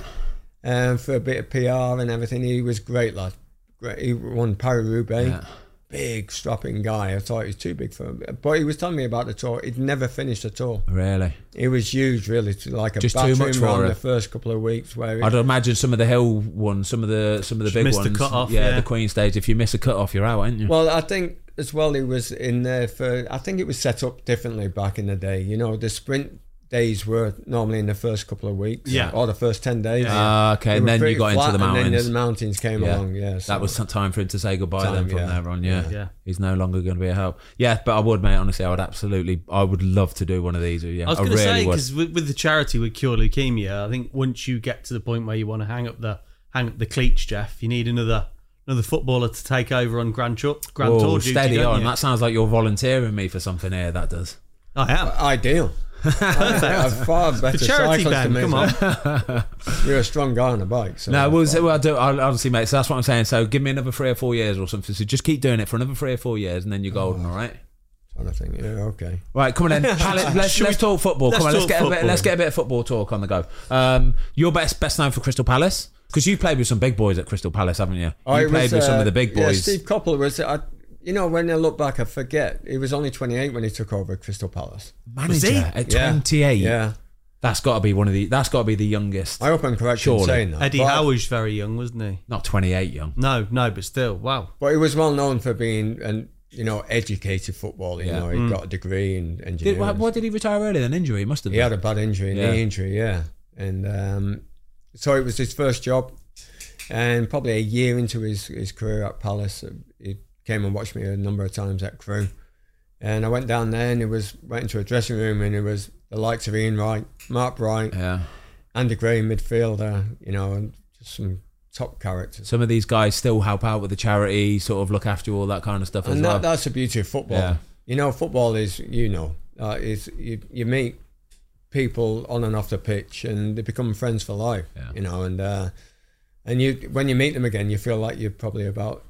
S2: um, for a bit of PR and everything. He was great lad. Great. He won Paris Roubaix.
S1: Yeah.
S2: big, strapping guy. I thought he was too big for him. But he was telling me about the tour. He'd never finished a tour.
S1: Really?
S2: He was huge, really, to like a
S1: Just too
S2: bathroom
S1: much for
S2: round
S1: him.
S2: the first couple of weeks where he,
S1: I'd imagine some of the hill ones, some of the some of the big
S3: missed the
S1: ones.
S3: cut-off,
S1: yeah,
S3: yeah.
S1: the Queen stage. If you miss a cut off, you're out, aren't you?
S2: Well, I think as well he was in there for. I think it was set up differently back in the day. You know, the sprint days were normally in the first couple of weeks,
S3: Yeah.
S2: or the first ten days.
S1: Ah, okay,
S2: They
S1: and
S2: were
S1: then you
S2: pretty
S1: got into
S2: flat,
S1: the
S2: and then
S1: mountains.
S2: the mountains came
S1: Yeah.
S2: along. Yeah, so-
S1: that was some time for him to say goodbye then
S2: Time,
S1: from
S2: yeah.
S1: there on. Yeah.
S3: Yeah.
S1: he's no longer going to be a help. Yeah, but I would, mate. Honestly, I would absolutely, I would love to do one of these. Yeah,
S3: I was
S1: I
S3: going
S1: really
S3: to 'cause say
S1: would.
S3: because with, with the charity with Cure Leukemia, I think once you get to the point where you want to hang up the hang up the cleats, Jeff, you need another another footballer to take over on Grand Tour. Grand
S1: Whoa,
S3: Tour duty,
S1: steady
S3: don't
S1: on.
S3: you?
S1: That sounds like you're volunteering me for something here. That does.
S3: I am.
S2: ideal. a far better
S3: The charity
S2: cyclist
S3: band,
S2: than me.
S3: come on.
S2: You're a strong guy on a bike. So
S1: No, well, so- well, I do. I, honestly, mate. So that's what I'm saying. So give me another three or four years or something. So just keep doing it for another three or four years, and then you're golden.
S2: Oh.
S1: All right.
S2: Kind of thing. Yeah, okay.
S1: Right, come on then. Pal, let's, let's talk football.
S3: let's
S1: come on, let's
S3: talk
S1: get a bit.
S3: football.
S1: Let's get a bit of football talk on the go. Um, you're best best known for Crystal Palace because you played with some big boys at Crystal Palace, haven't you?
S2: Oh,
S1: you
S2: it
S1: played
S2: was,
S1: with some
S2: uh,
S1: of the big
S2: Yeah,
S1: boys.
S2: Steve Coppell was. I, you know, when I look back, I forget he was only 28 when he took over at Crystal Palace.
S3: Was
S1: Manager
S3: he?
S1: at
S2: Yeah.
S1: 28.
S2: Yeah,
S1: That's got to be one of the. That's got to be the youngest.
S2: I hope I'm correct
S1: Surely.
S2: in saying that.
S3: Eddie
S2: but I-
S3: Howe was very young, wasn't he?
S1: Not 28 young.
S3: No, no, but still, wow.
S2: But he was well known for being an you know educated footballer. You
S1: Yeah. Mm.
S2: know, he got a degree in
S1: Did,
S2: engineering.
S1: why, why did he retire early? Then injury He must have.
S2: he
S1: Been.
S2: had a bad injury,
S1: Yeah.
S2: knee injury, yeah. And um, so it was his first job, and probably a year into his, his career at Palace, uh, he came and watched me a number of times at Crew, and I went down there and it was went into a dressing room and it was the likes of Ian Wright, Mark Bright,
S1: Yeah.
S2: Andy Gray, midfielder, you know, and just some top characters.
S1: Some of these guys still help out with the charity, sort of look after all that kind of stuff as
S2: and
S1: well.
S2: that, that's the beauty of football.
S1: Yeah.
S2: You know, football is you know uh, is you, you meet people on and off the pitch, and they become friends for life.
S1: Yeah.
S2: You know, and uh, and you when you meet them again, you feel like you're probably about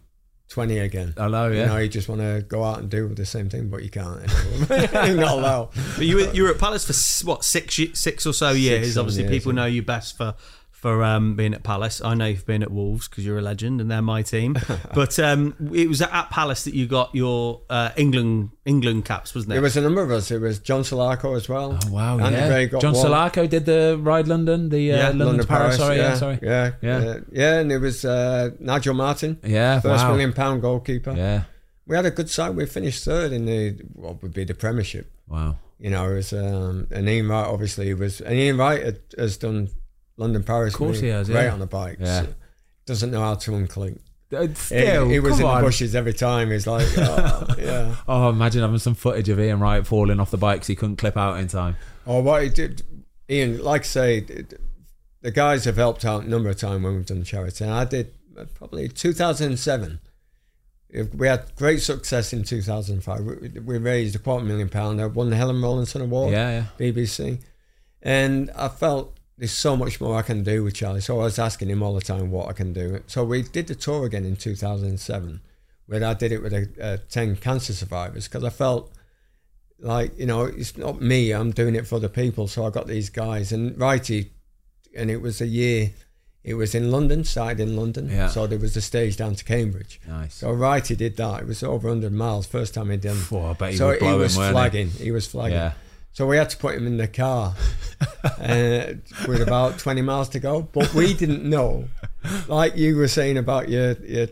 S2: twenty again.
S1: I know.
S2: You
S1: Oh, Yeah.
S2: know, you just want to go out and do the same thing, but you can't. You're not allowed.
S3: But you were, you were at Palace for s- what six ye- six or so years.
S2: seven
S3: Obviously,
S2: years,
S3: people
S2: yeah.
S3: know you best for for um, being at Palace. I know you've been at Wolves because you're a legend and they're my team. but um, it was at Palace that you got your uh, England England caps, wasn't it?
S2: There was a number of us. There was John Solarco as well.
S1: Oh, wow.
S2: Andy
S1: yeah.
S2: Gray got
S1: John
S2: one.
S1: Solarco did the Ride London, the uh,
S3: Yeah,
S1: London, to Paris. Sorry. Yeah. Sorry.
S2: Yeah,
S1: Yeah.
S2: yeah, uh, yeah. And it was uh, Nigel Martin,
S1: Yeah.
S2: first
S1: wow.
S2: million pound goalkeeper.
S1: Yeah.
S2: we had a good side. We finished third in the what would be the Premiership.
S1: Wow.
S2: You know, it was um, and Ian Wright obviously was and Ian Wright had, has done London Paris. Of
S1: course he has,
S2: Great
S1: yeah.
S2: on the bikes.
S1: Yeah.
S2: Doesn't know how to unclink.
S1: Uh,
S2: He,
S1: Still,
S2: he was
S1: come
S2: in
S1: on.
S2: the bushes every time. He's like, oh, yeah.
S1: Oh, imagine having some footage of Ian Wright falling off the bike 'cause he couldn't clip out in time.
S2: Or Oh, what he did, Ian. Like I say, it- the guys have helped out a number of times when we've done charity. And I did uh, probably 2007. If We had great success in 2005. We, we raised a quarter million pound. I won the Helen Rawlinson Award.
S1: Yeah, yeah.
S2: BBC. And I felt there's so much more I can do with Charlie. So I was asking him all the time what I can do. So we did the tour again in 2007, where I did it with a, uh 10 cancer survivors because I felt like, you know, it's not me, I'm doing it for the people. So I got these guys and righty, and it was a year, it was in London, started in London.
S1: Yeah.
S2: So there was a stage down to Cambridge.
S1: Nice.
S2: So righty did that. It was over 100 miles, first time he'd done.
S1: Phew, I bet he
S2: so
S1: was
S2: he
S1: blowing,
S2: was
S1: weren't he?
S2: flagging. He was flagging.
S1: Yeah.
S2: So we had to put him in the car uh, with about 20 miles to go. But we didn't know, like you were saying about your, your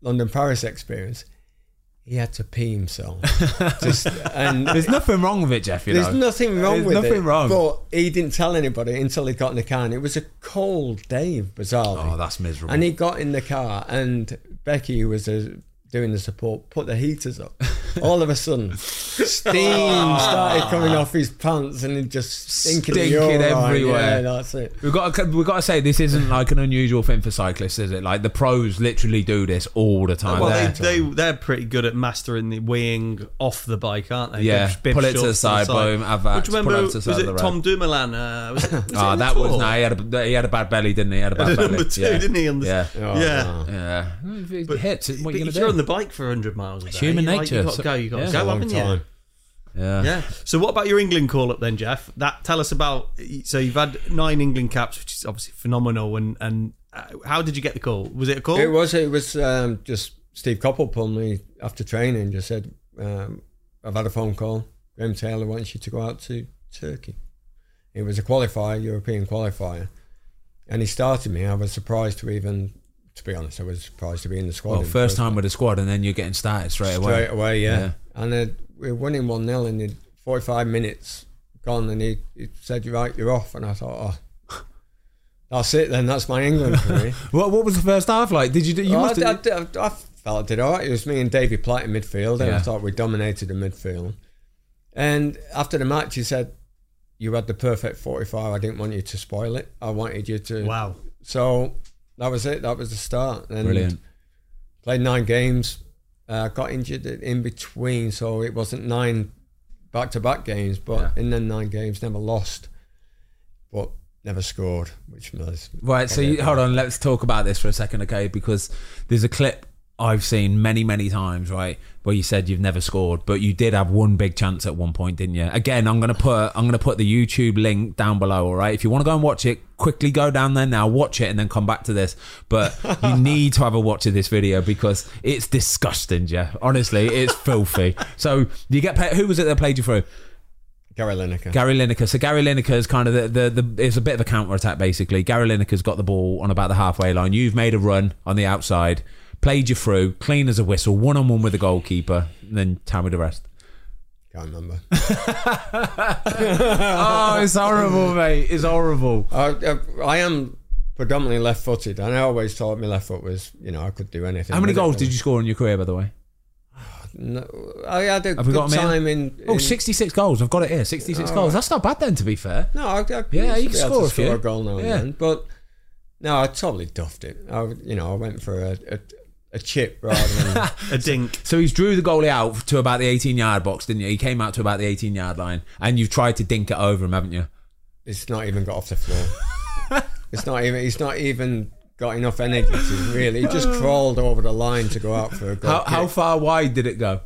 S2: London Paris experience, he had to pee himself. Just, and
S1: There's nothing wrong with it, Jeff. You
S2: there's
S1: know.
S2: nothing wrong
S1: There's
S2: with it.
S1: nothing wrong.
S2: But he didn't tell anybody until he got in the car. And it was a cold day, bizarrely.
S1: Oh, that's miserable.
S2: And he got in the car, and Becky, who was uh, doing the support, put the heaters up. All of a sudden,
S1: Oh.
S2: steam started coming off his pants, and it just stinking,
S1: Stinking everywhere.
S2: Yeah, that's it.
S1: We've got to, we've got to say this isn't like an unusual thing for cyclists, is it? Like the pros literally do this all the time.
S3: well,
S1: They're-
S3: they, they they're pretty good at mastering the weighing off the bike, aren't they?
S1: Yeah,
S3: Bib- bib
S1: pull it to
S3: shorts
S1: the side, boom, have that,
S3: Which
S1: pull it
S3: remember
S1: up to the
S3: was
S1: side of
S3: it
S1: the road.
S3: Tom Dumoulin? Uh, was it, was it
S1: Ah,
S3: in the
S1: that was
S3: tour?
S1: no. He had a he had a bad belly, didn't he? He had a bad belly.
S3: number two,
S1: yeah.
S3: didn't he? On the,
S1: yeah,
S2: Oh,
S3: yeah.
S2: no.
S1: yeah. If it hits, what
S3: But
S1: are you
S3: if you're on
S1: gonna do?
S3: the bike for 100 miles a day,
S1: human
S3: you're
S1: nature.
S3: Like, you got to go. You got
S1: Yeah.
S3: to
S1: It's
S3: go,
S2: Long
S3: haven't you?
S2: time.
S1: Yeah.
S3: Yeah. So what about your England call up then, Jeff? That tell us about. So you've had nine England caps, which
S1: Oh.
S3: is obviously phenomenal. And and uh, how did you get the call? Was it a call?
S2: It was. It was um, just Steve Coppell pulled me after training. Just said, um, "I've had a phone call. Graham Taylor wants you to go out to Turkey." It was a qualifier, European qualifier, and he started me. I was surprised to even, to be honest, I was surprised to be in the squad.
S1: Well,
S2: in the
S1: first time with a squad, and then you're getting started straight away.
S2: Straight away, yeah. And uh, we were winning 1 0 in the 45 minutes gone, and he, he said, Right, you're off. And I thought, Oh, that's it then. That's my England career.
S1: What, what was the first half like? Oh, Did you? do- You
S2: Well,
S1: must
S2: Oh, I,
S1: have,
S2: I, I, I felt I did all right. It was me and Davy Platt in midfield, and I
S1: Yeah.
S2: thought we dominated the midfield. And after the match, he said, You had the perfect 45. I didn't want you to spoil it. I wanted you to.
S3: Wow.
S2: So that was it. That was the start. And
S1: Brilliant.
S2: Played nine games. Uh, got injured in between, so it wasn't nine back-to-back games. But in them nine games, never lost, but never scored, which was
S1: Right, so you, hold on, let's talk about this for a second, okay? Because there's a clip I've seen many, many times, right, where you said you've never scored, but you did have one big chance at one point, didn't you? Again, I'm gonna put I'm gonna put the YouTube link down below, all right? If you want to go and watch it, quickly go down there now, watch it, and then come back to this. But you need to have a watch of this video because it's disgusting, yeah. Honestly, it's filthy. So you get paid, who was it that played you through?
S2: Gary Lineker.
S1: Gary Lineker. So Gary Lineker is kind of the, the, the it's a bit of a counter attack basically. Gary Lineker's got the ball on about the halfway line. You've made a run on the outside, played you through, clean as a whistle, one on one with the goalkeeper, and then tell me the rest.
S2: Can't remember.
S1: Oh, it's horrible, mate. It's horrible.
S2: I, I, I am predominantly left-footed, and I always thought my left foot was, you know, I could do anything.
S1: How many
S2: with it.
S1: goals did you score in your career, by the way?
S2: No, I had a
S1: Have we
S2: good
S1: got 'em here?
S2: time in, in.
S1: Oh, 66 goals. I've got it here. 66 goals. That's not bad then, to be fair.
S2: No, I, I
S1: Yeah, you
S2: used to
S1: can
S2: be able
S1: score
S2: to
S1: a few.
S2: score a goal now
S1: Yeah.
S2: and then, but no, I totally duffed it. I, you know, I went for a, a, a chip rather than.
S3: A dink.
S1: So he's drew the goalie out to about the 18 yard box, didn't you? He came out to about the 18 yard line, and you've tried to dink it over him, haven't you?
S2: it's not even got off the floor. it's not even. It's not even got enough energy to really. He just crawled over the line to go out for a goal.
S1: How, how
S2: kick.
S1: far wide did it go?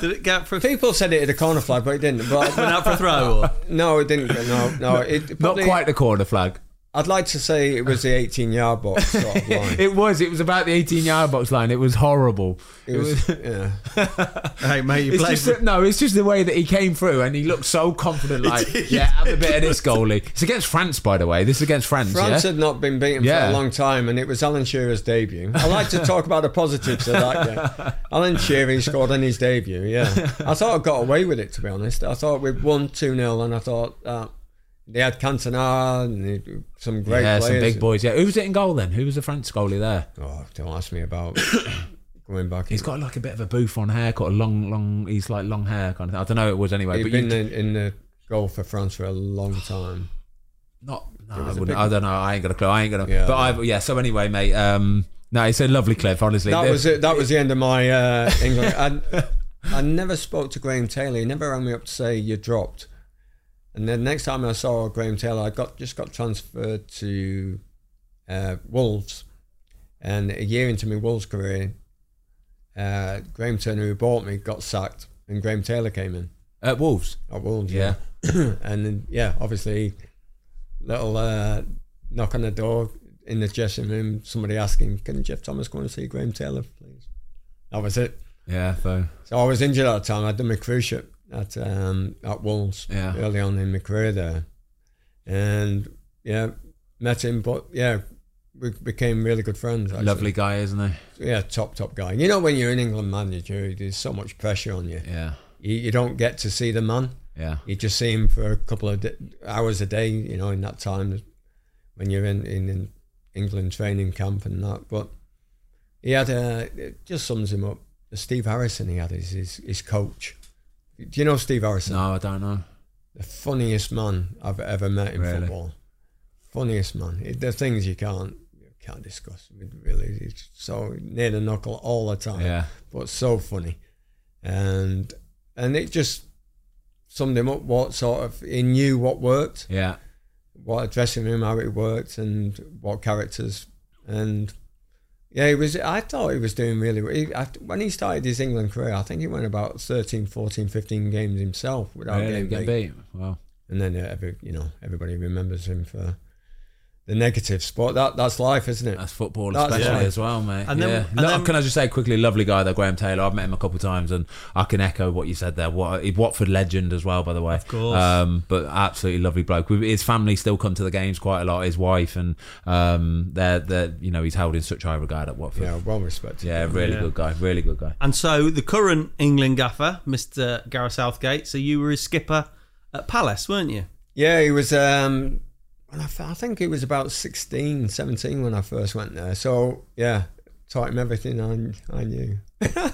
S3: Did it go out for a,
S2: People said it at a corner flag, but it didn't. But
S3: went out for a throw? Or?
S2: no, it didn't. No, no. It
S1: Not
S2: probably-
S1: quite the corner flag.
S2: I'd like to say it was the 18-yard box sort of line.
S1: It was. It was about the 18 yard box line. It was horrible.
S2: It was, yeah.
S3: hey, mate, you
S1: It's
S3: played.
S1: just that- no, it's just the way that he came through and he looked so confident. Like, yeah, have a bit of this goalie. It's against France, by the way. This is against France.
S2: France
S1: yeah?
S2: had not been beaten
S1: Yeah.
S2: for a long time, and it was Alan Shearer's debut. I like to talk about the positives of that game. Alan Shearer he scored on his debut. Yeah, I thought I got away with it. To be honest, I thought we won two 0 and I thought uh, they had Cantona and they- some great
S1: yeah, some
S2: players.
S1: big boys. Yeah, who was it in goal then? Who was the France goalie there?
S2: Oh, don't ask me about going back.
S1: He's got like a bit of a Buffon haircut, a long, long. He's like long hair kind of thing. I don't know. Who it was anyway.
S2: He'd
S1: but
S2: been
S1: you,
S2: in, in the goal for France for a long time.
S1: not. No, I,
S2: was a
S1: wouldn't,
S2: big-
S1: I don't know. I ain't got a clue. I ain't gonna.
S2: Yeah.
S1: but I. Yeah. So anyway, mate. Um. No, it's a lovely clip. Honestly,
S2: That
S1: The-
S2: was it. That was the end of my uh, England. I, I never spoke to Graham Taylor. He never rang me up to say you dropped. And then next time I saw Graham Taylor, I got just got transferred to uh, Wolves, and a year into my Wolves career, uh, Graham Turner, who bought me, got sacked, and Graham Taylor came in
S1: at Wolves.
S2: at Wolves.
S1: Yeah.
S2: and then, yeah, obviously, little uh, knock on the door in the dressing room, somebody asking, "Can Jeff Thomas go and see Graham Taylor, please?" That was it.
S1: Yeah. So
S2: So I was injured at the time. I'd done my cruise ship at um, at Wolves
S1: Yeah.
S2: early on in my career there, and yeah, met him. But yeah, we became really good friends. Actually.
S1: lovely guy, isn't he?
S2: yeah, top top guy. You know, when you're an England manager, there's so much pressure on you.
S1: Yeah.
S2: You, you don't get to see the man
S1: Yeah.
S2: you just see him for a couple of d- hours a day, you know, in that time when you're in, in, in England training camp and that. But he had a, it just sums him up. Steve Harrison, he had his, his, his coach. Do you know Steve Harrison?
S1: No, I don't know.
S2: The funniest man I've ever met in
S1: Really?
S2: football. Funniest man. It, there are things you can't you can't discuss. It really, it's so near the knuckle all the time
S1: Yeah.
S2: but so funny. And and it just summed him up what sort of he knew what worked,
S1: Yeah.
S2: what a dressing room how it worked and what characters and yeah, he was I thought he was doing really well. He, after, when he started his England career, I think he went about 13, 14, 15 games himself without
S1: Really,
S2: getting
S1: get
S2: beat.
S1: beat. Wow.
S2: And then uh, every, you know, everybody remembers him for the negative spot. That that's life, isn't it?
S1: That's football,
S2: That's
S1: especially
S2: right.
S1: as well, mate.
S3: And then-
S1: yeah.
S3: and
S1: No,
S3: then-
S1: can I just say quickly, lovely guy though, Graham Taylor. I've met him a couple of times, and I can echo what you said there. What a Watford legend as well, by the way. Of
S3: course.
S1: Um, but absolutely lovely bloke. We- His family still come to the games quite a lot. His wife and um, they're they're you know he's held in such high regard at Watford. Yeah,
S2: Yeah, well respected.
S1: really
S3: Yeah.
S1: good guy. Really good guy.
S3: And so the current England gaffer, Mr. Gareth Southgate. So you were his skipper at Palace, weren't you?
S2: Yeah, he was. Um, when I, f- I think he was about 16, 17 when I first went there. So yeah, taught him everything I I knew.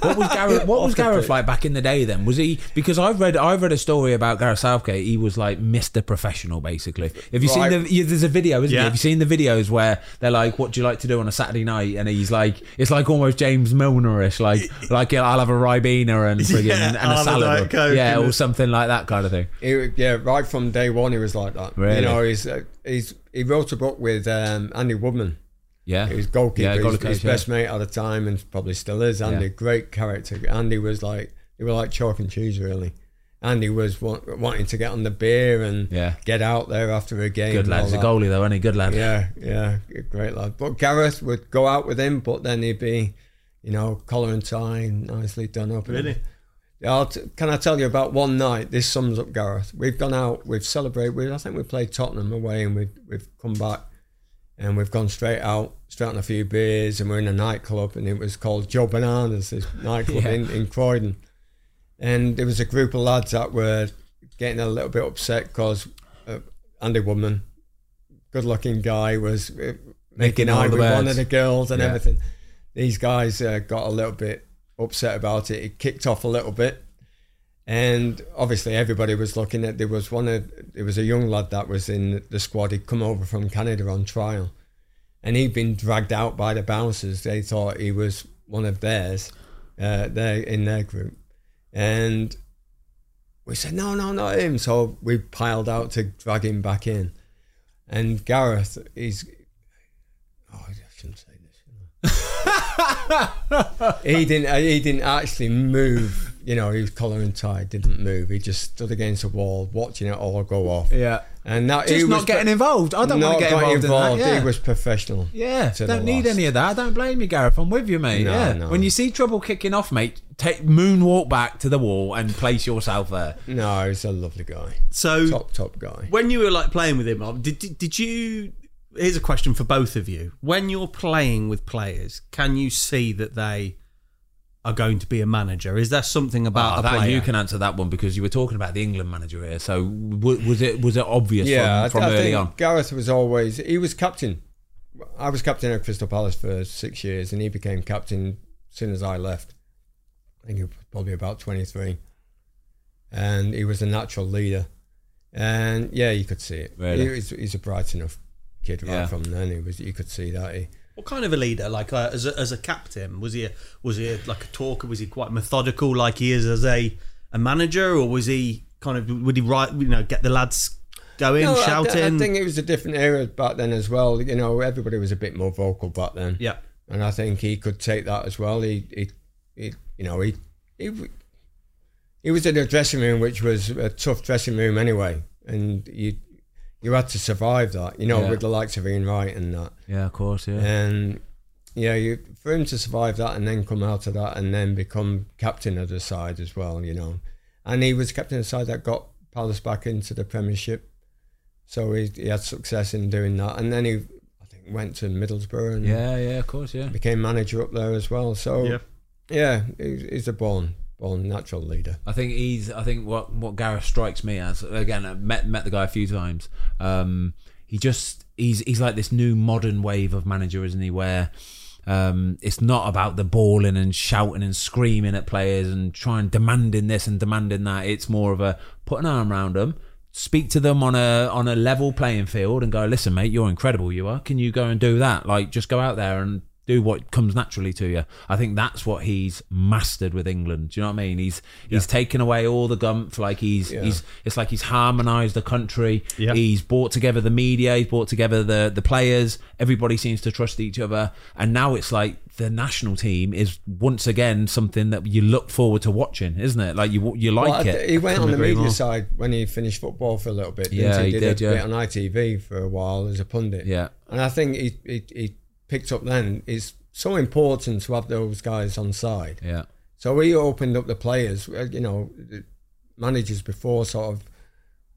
S1: What was Gareth? What was
S2: Off the
S1: Gareth
S2: pitch.
S1: like back in the day? Then was he? Because I've read I've read a story about Gareth Southgate. He was like Mister Professional, basically. Have you
S2: Right.
S1: seen the? yeah, There's a video, isn't
S3: Yeah.
S1: there? Have you seen the videos where they're like, "What do you like to do on a Saturday night?" And he's like, "It's like almost James Milner-ish, like like yeah, I'll have a ribena and friggin'
S3: Yeah,
S1: and, and
S3: I'll
S1: a
S3: have a Diet
S1: salad, or,
S3: Coke
S1: yeah,
S3: and
S1: or
S3: a-
S1: something like that kind of thing."
S2: He, yeah, right from day one, he was like that.
S1: Really?
S2: You know, he's uh, he's he wrote a book with um, Andy Woodman.
S1: Yeah,
S2: He was goalkeeper.
S1: Yeah,
S2: his-
S1: goalkeeper,
S2: his best mate at the time, and probably still is. Andy,
S1: Yeah.
S2: great character. Andy was like he was like chalk and cheese, really. Andy was want, wanting to get on the beer and
S1: Yeah.
S2: get out there after a game.
S1: good
S2: and
S1: lad.
S2: all
S1: He's a
S2: that.
S1: goalie though, any good lad.
S2: Yeah, yeah, a great lad. But Gareth would go out with him, but then he'd be, you know, collar and tie, nicely done up. and
S3: Really?
S2: everything. Yeah, I'll t- can I tell you about one night? This sums up Gareth. We've gone out, we've celebrated. We, I think we played Tottenham away, and we've we've come back, and we've gone straight out, straight on a few beers, and we're in a nightclub, and it was called Joe Bananas, this nightclub
S1: Yeah.
S2: in, in Croydon, and there was a group of lads that were getting a little bit upset because uh, Andy Woodman, good-looking guy, was uh, making
S1: all
S2: eye
S1: the
S2: with one of
S1: birds.
S2: the girls and
S1: Yeah.
S2: everything. These guys uh, got a little bit upset about it. It kicked off a little bit, and obviously everybody was looking at. There was one of there was a young lad that was in the squad. He'd come over from Canada on trial, and he'd been dragged out by the bouncers. They thought he was one of theirs, uh, their in their group, and we said no, no, not him. So we piled out to drag him back in, and Gareth, he's oh, I shouldn't say this. should I? he didn't. uh, He didn't actually move. You know, he was collar and tie. Didn't move. He just stood against the wall, watching it all go off.
S1: yeah.
S2: And that he
S1: Just
S2: was
S1: not getting involved. I don't want
S2: not
S1: to get
S2: got
S1: involved, in that. Yeah.
S2: He was professional.
S1: Yeah,
S2: to the
S1: don't need
S2: last.
S1: any of that. Don't blame me, Gareth. I'm with you, mate.
S2: No,
S1: yeah.
S2: no.
S1: When you see trouble kicking off, mate, take moonwalk back to the wall and place yourself there.
S2: No, he's a lovely guy.
S3: So
S2: Top top guy.
S3: when you were like playing with him, Rob, did, did did you? Here's a question for both of you: When you're playing with players, can you see that they are going to be a manager? Is there something about
S1: Ah,
S3: a
S1: that-
S3: player?
S1: you can answer that one because you were talking about the England manager here. So w- was it was it obvious from,
S2: Yeah, I,
S1: from
S2: I
S1: early
S2: think
S1: on?
S2: Gareth was always he was captain. I was captain at Crystal Palace for six years, and he became captain as soon as I left. I think he was probably about twenty three, and he was a natural leader. And yeah, you could see it.
S1: Really?
S2: He was, he's a bright enough kid right
S1: Yeah.
S2: from then. He was you could see that he.
S3: What kind of a leader? Like uh, as a, as a captain, was he a, was he a, like a talker? Was he quite methodical, like he is as a a manager, or was he kind of would he right you know get the lads going,
S2: No, I-
S3: shouting?
S2: I, think it was a different era back then as well. You know, everybody was a bit more vocal back then.
S3: yeah.
S2: and I think he could take that as well. He, he, he you know, he, he, he was in a dressing room which was a tough dressing room anyway, and you, you had to survive that, you know,
S1: Yeah.
S2: with the likes of Ian Wright and that,
S1: Yeah, of course. Yeah.
S2: and yeah, you for him to survive that and then come out of that and then become captain of the side as well, you know, and he was captain of the side that got Palace back into the Premiership, so he, he had success in doing that, and then he, I think, went to Middlesbrough and
S1: yeah, yeah, of course. Yeah.
S2: became manager up there as well. So yeah, he's, he's a born born natural leader.
S1: I think he's. I think what what Gareth strikes me as again. I met met the guy a few times. Um, he just he's he's like this new modern wave of manager, isn't he? Where um, it's not about the bawling and shouting and screaming at players and trying demanding this and demanding that. It's more of a put an arm around them. Speak to them on a on a level playing field and go, listen, mate, you're incredible. You are. Can you go and do that? Like, just go out there and do what comes naturally to you. I think that's what he's mastered with England. Do you know what I mean? He's he's taken away all the gumph. Like he's
S2: Yeah.
S1: he's it's like he's harmonised the country.
S3: Yeah.
S1: He's brought together the media. He's brought together the the players. Everybody seems to trust each other. And now it's like the national team is once again something that you look forward to watching, isn't it? Like you you like
S2: Well, I
S1: it.
S2: th- He went
S1: Couldn't
S2: on the
S1: agree
S2: media
S1: more.
S2: side when he finished football for a little bit. didn't
S1: Yeah, he
S2: a
S1: did, yeah.
S2: bit on ITV for a while as a pundit.
S1: Yeah.
S2: and I think he, he he picked up then. It's so important to have those guys on side.
S1: Yeah.
S2: So he opened up the players. uh, You know, the managers before sort of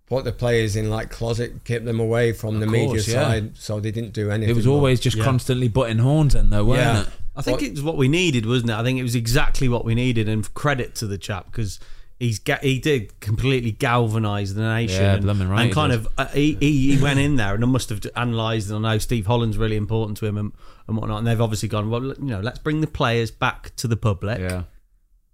S2: put the players in like closet, kept them away from the media
S1: course, yeah.
S2: side, so they didn't do anything.
S1: It was always just
S3: Yeah.
S1: constantly butting horns in though, weren't
S2: Yeah.
S1: it?
S3: I think it was what we needed, wasn't it? I think it was exactly what we needed, and credit to the chap because he's ga- he did completely galvanise the nation.
S1: Yeah,
S3: and,
S1: blimmin' right
S3: and
S1: he
S3: kind
S1: did.
S3: of uh, he, he he went in there and must have analysed. And I know Steve Holland's really important to him and, and whatnot. And they've obviously gone well. You know, let's bring the players back to the public.
S1: Yeah.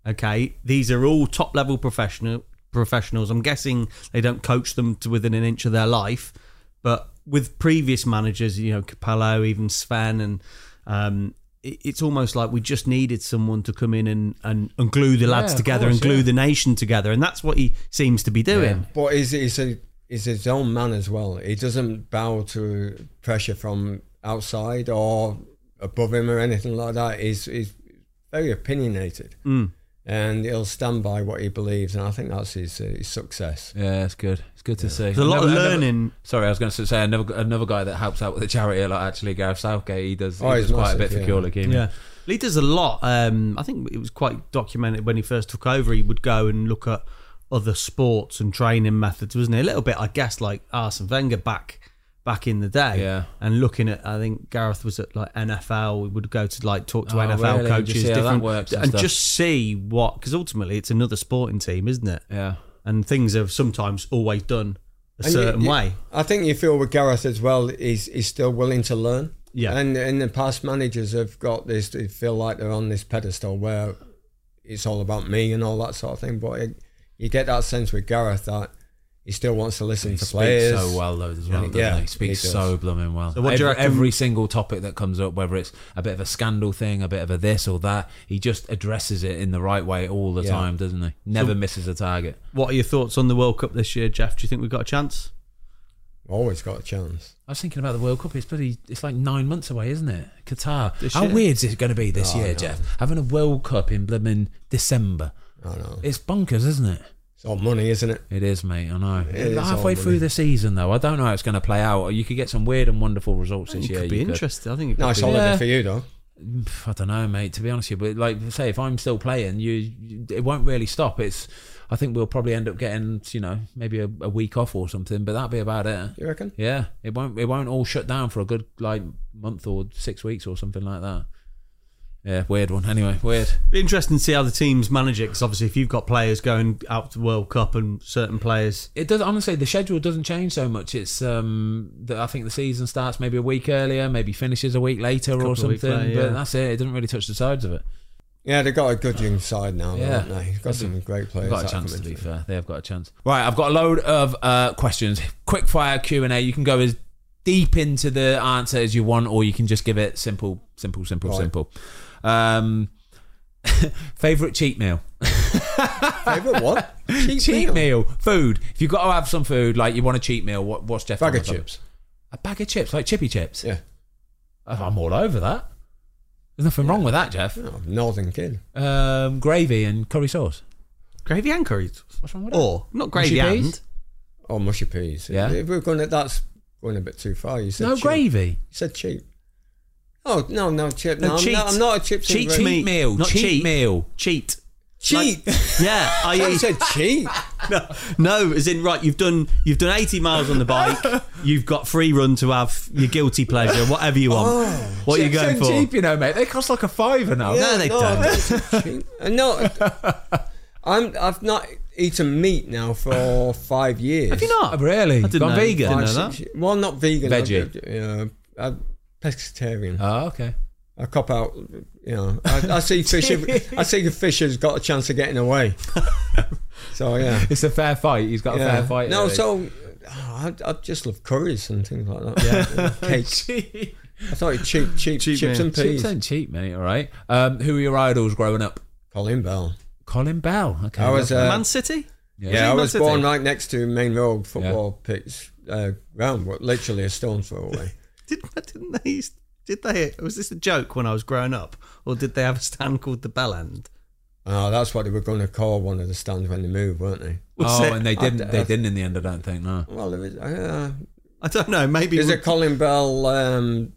S3: Okay, these are all top level professional professionals. I'm guessing they don't coach them to within an inch of their life, but with previous managers, you know Capello, even Sven, and um, it- it's almost like we just needed someone to come in and and, and glue the lads
S1: of
S3: together
S1: course,
S3: and glue
S1: yeah.
S3: the nation together, and that's what he seems to be doing.
S2: But he's, he's, a, he's his own man as well. He doesn't bow to pressure from outside or above him or anything like that. He's, he's very opinionated and he'll stand by what he believes. And I think that's his, uh, his success.
S1: Yeah, it's good. It's good to see.
S3: There's a lot
S1: Another-
S3: of
S1: another-
S3: learning.
S1: sorry, I was going to say another another guy that helps out with the charity a lot. Actually, Gareth Southgate. He does. He
S2: Oh,
S1: does
S2: he's
S1: quite a
S2: massive,
S1: bit for
S2: yeah.
S1: Cure Leukemia.
S3: Yeah. Lee does a lot. Um, I think it was quite documented when he first took over. He would go and look at other sports and training methods, wasn't he? A little bit, I guess, like Arsene Wenger back back in the day.
S1: Yeah.
S3: And looking at, I think Gareth was at like NFL. We would go to like talk to
S1: Oh,
S3: NFL
S1: really?
S3: coaches,
S1: Just see how that
S3: different,
S1: works and
S3: and
S1: stuff.
S3: just see what because ultimately it's another sporting team, isn't it?
S1: Yeah.
S3: And things are sometimes always done a
S2: And you-
S3: certain
S2: you-
S3: way.
S2: I think you feel with Gareth as well, he's, he's still willing to learn.
S3: Yeah.
S2: And and the past managers have got this, they feel like they're on this pedestal where it's all about me and all that sort of thing. But it, you get that sense with Gareth that he still wants to listen
S1: He
S2: to
S1: speaks
S2: players.
S1: so well though as well. doesn't
S2: yeah,
S1: he? he speaks
S2: he does.
S1: so blooming well.
S3: So what do you
S1: every,
S3: reckon-
S1: every single topic that comes up, whether it's a bit of a scandal thing, a bit of a this or that, he just addresses it in the right way all the
S2: Yeah.
S1: time, doesn't he? Never misses a target.
S3: What are your thoughts on the World Cup this year, Jeff? Do you think we've got a chance?
S2: Always got a chance.
S1: I was thinking about the World Cup. It's bloody, it's like nine months away, isn't it? Qatar.
S3: This
S1: How
S3: year.
S1: weird is it going to be this year, Jeff? Having a World Cup in blooming December.
S2: I know.
S1: It's bonkers, isn't it?
S2: It's all money, isn't it?
S1: It is, mate. I know.
S2: It is
S1: Halfway
S2: all
S1: through
S2: money.
S1: the season, though, I don't know how it's going to play out. You could get some weird and wonderful results this
S3: It
S1: year.
S3: could be
S1: you could.
S3: interesting. I think it could
S2: Nice
S3: be.
S2: holiday
S1: Yeah.
S2: for you, though.
S1: Pff, I don't know, mate. To be honest with you, but like I say, if I'm still playing, you, you it won't really stop. It's, I think we'll probably end up getting, you know, maybe a, a week off or something, but that'll be about it.
S2: You reckon?
S1: Yeah, it won't it won't all shut down for a good like month or six weeks or something like that. Yeah, weird one. Anyway, weird.
S3: Be interesting to see how the teams manage it because obviously, if you've got players going out to the World Cup and certain players,
S1: it does honestly the schedule doesn't change so much it's um that i think the season starts maybe a week earlier maybe finishes a week later or
S3: Couple of
S1: something
S3: weeks later,
S1: but
S3: yeah.
S1: that's it it doesn't really touch the sides of it
S2: Yeah, they've got a good young side now,
S1: Yeah.
S2: haven't they? They've got some great players.
S1: they've got a
S2: that come
S1: chance to
S2: into
S1: be
S2: it.
S1: fair they've got a chance right i've got a load of uh questions quick fire q&a you can go as deep into the answer as you want or you can just give it simple simple simple
S2: Right.
S1: simple um favorite cheat meal
S2: Favourite what? Cheap,
S1: cheat meal food if you've got to have some food like you want a cheat meal what, what's jeff
S2: Bag of
S1: Thomas on?
S2: chips.
S1: a bag of chips like chippy chips Oh,
S2: Yeah.
S1: I'm all over that. There's nothing wrong with that, Jeff.
S2: Oh, northern kid.
S1: Um, gravy and curry sauce.
S3: gravy and curry,
S1: What's wrong with that?
S3: or not gravy
S1: Mushy peas?
S3: and
S2: Oh, mushy peas.
S1: Yeah.
S2: If we're going to, that's going a bit too far. You said
S1: No
S2: cheap.
S1: gravy.
S2: You said cheap. Oh, no, no, chip.
S3: No,
S2: No, I'm,
S3: cheat.
S2: not, I'm not a chips and
S3: Cheat
S2: gravy.
S3: me.
S1: Cheat meal.
S3: Not
S1: cheat,
S3: cheat.
S1: meal.
S3: cheat.
S2: Cheap.
S3: Yeah, I
S2: I
S3: eat.
S2: said cheap.
S3: No, no, as in right. You've done you've done eighty miles on the bike. You've got free run to have your guilty pleasure, whatever you want. what are you
S1: Chips
S3: going
S1: and
S3: for?
S1: cheap, you know, mate. They cost like a Oh, fiver now.
S3: Yeah. No, they don't.
S2: I said cheap. Uh, No, uh, I'm, I've not eaten meat now for five years.
S3: Have you not?
S1: Oh, really?
S3: I didn't
S1: Gone
S3: know.
S1: vegan?
S3: Didn't
S2: Five,
S3: know
S2: six ye- Well, not vegan.
S1: Veggie.
S2: Yeah, uh, I'm pescatarian.
S1: Oh, okay.
S2: I cop out. You know, I, I see fish. I see fish has got a chance of getting away. So yeah,
S1: It's a fair fight. He's got a
S2: yeah.
S1: fair fight.
S2: no,
S1: really.
S2: so oh, I, I just love curries and things like that. Yeah, cakes.
S1: Cheat.
S2: I thought it cheap, cheap,
S3: Cheap
S2: chips
S3: man.
S2: and
S1: Chips
S2: peas.
S1: ain't cheap, mate. All right. Um, who were your idols growing up?
S2: Colin Bell.
S1: Colin Bell. Okay.
S2: I was,
S1: lovely.
S2: uh,
S3: Man City.
S2: Yeah, I
S3: Man
S2: was
S3: City?
S2: born right next to Main Road football pitch uh, ground, wa- literally a stone's throw away.
S3: Did didn't they? used- Did they? Was this a joke when I was growing up, or did they have a stand called the Bell End?
S2: oh, that's what they were going to call one of the stands when they moved, weren't they?
S3: Was
S1: oh,
S3: it-
S1: and they didn't.
S2: I-
S1: they didn't in the end. I don't think. No.
S2: Well, there was, uh,
S3: I don't know. Maybe
S2: there's
S3: we-
S2: a Colin Bell um,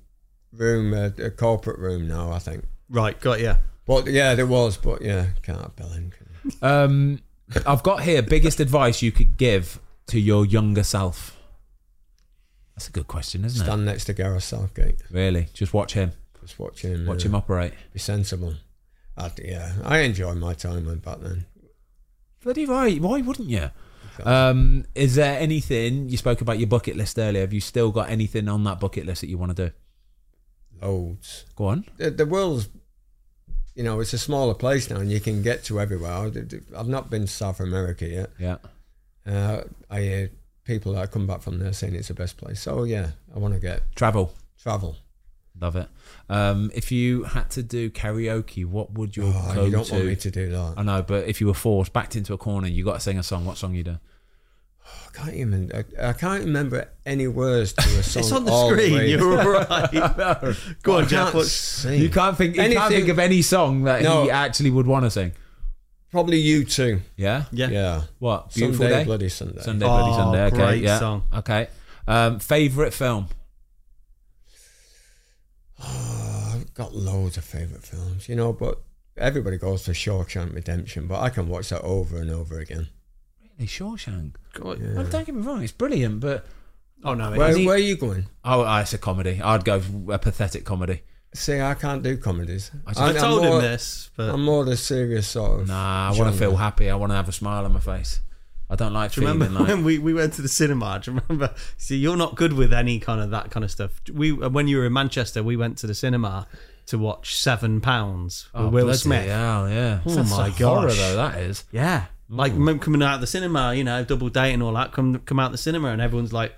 S2: room, a, a corporate room now, I think.
S3: right. Got yeah.
S2: But yeah, there was, but yeah, can't Bell in.
S1: Um, I've got here biggest advice you could give to your younger self. That's a good question, isn't it?
S2: Stand next to Gareth Southgate,
S1: Really, just watch him.
S2: just watch him,
S1: Watch
S2: uh,
S1: him operate.
S2: be sensible. i yeah, I enjoyed my time with back then.
S1: Bloody right. Why wouldn't you? Um, is there anything you spoke about your bucket list earlier? Have you still got anything on that bucket list that you want to do?
S2: Loads.
S1: Go on.
S2: the, the world's you know it's a smaller place now and you can get to everywhere I did- i've not been to south america yet
S1: Yeah.
S2: uh, i hear people that come back from there saying it's the best place so yeah i want to get
S1: Travel.
S2: travel
S1: Love it. Um, if you had to do karaoke, what would your
S2: oh,
S1: go
S2: you don't
S1: to?
S2: want me to do that
S1: I know, but if you were forced backed into a corner, you got to sing a song. What song you do?
S2: i can't even I, I can't remember any words to a song
S3: It's on the
S2: all
S3: screen.
S2: way.
S3: You're all right. Go
S2: oh, I
S3: on, Jeff.
S2: can't
S3: What's,
S2: sing.
S1: You can't think. You can't
S2: Anything-
S1: think of any song that he
S2: No.
S1: actually would want to sing.
S2: probably you too
S1: Yeah.
S3: yeah.
S2: yeah,
S1: What beautiful
S2: sunday
S1: day.
S2: bloody sunday
S1: Sunday,
S3: Oh,
S1: bloody Sunday. Okay.
S3: great
S1: yeah.
S3: song.
S1: Okay. Um, favorite film.
S2: oh, i've got loads of favorite films you know but everybody goes for shawshank redemption but i can watch that over and over again
S1: Really, Shawshank.
S3: God.
S1: Well, don't get me wrong, it's brilliant, but
S3: Oh no. it
S2: where,
S3: is.
S2: where are you going
S1: oh, ah, it's a comedy. I'd go for a pathetic comedy.
S2: See, I can't do comedies. I,
S1: just-
S3: I
S2: I'm
S3: told
S2: more-
S3: him this, but
S2: I'm more the serious sort of.
S1: Nah, I want to
S2: genre.
S1: feel happy. I want to have a smile on my face. I don't like
S3: Do you
S1: feeling
S3: remember
S1: like.
S3: when we, we went to the cinema? Do you remember? See, you're not good with any kind of that kind of stuff. We when you were in Manchester, we went to the cinema to watch Seven Pounds with
S1: Oh,
S3: Will
S1: bloody
S3: Smith. Yeah,
S1: hell, yeah.
S3: Oh
S1: That's
S3: my
S1: a horror,
S3: gosh.
S1: though, that is.
S3: like
S2: Mm.
S3: mem- coming out of the cinema, you know, double date and all that. Come come out the cinema, and everyone's like,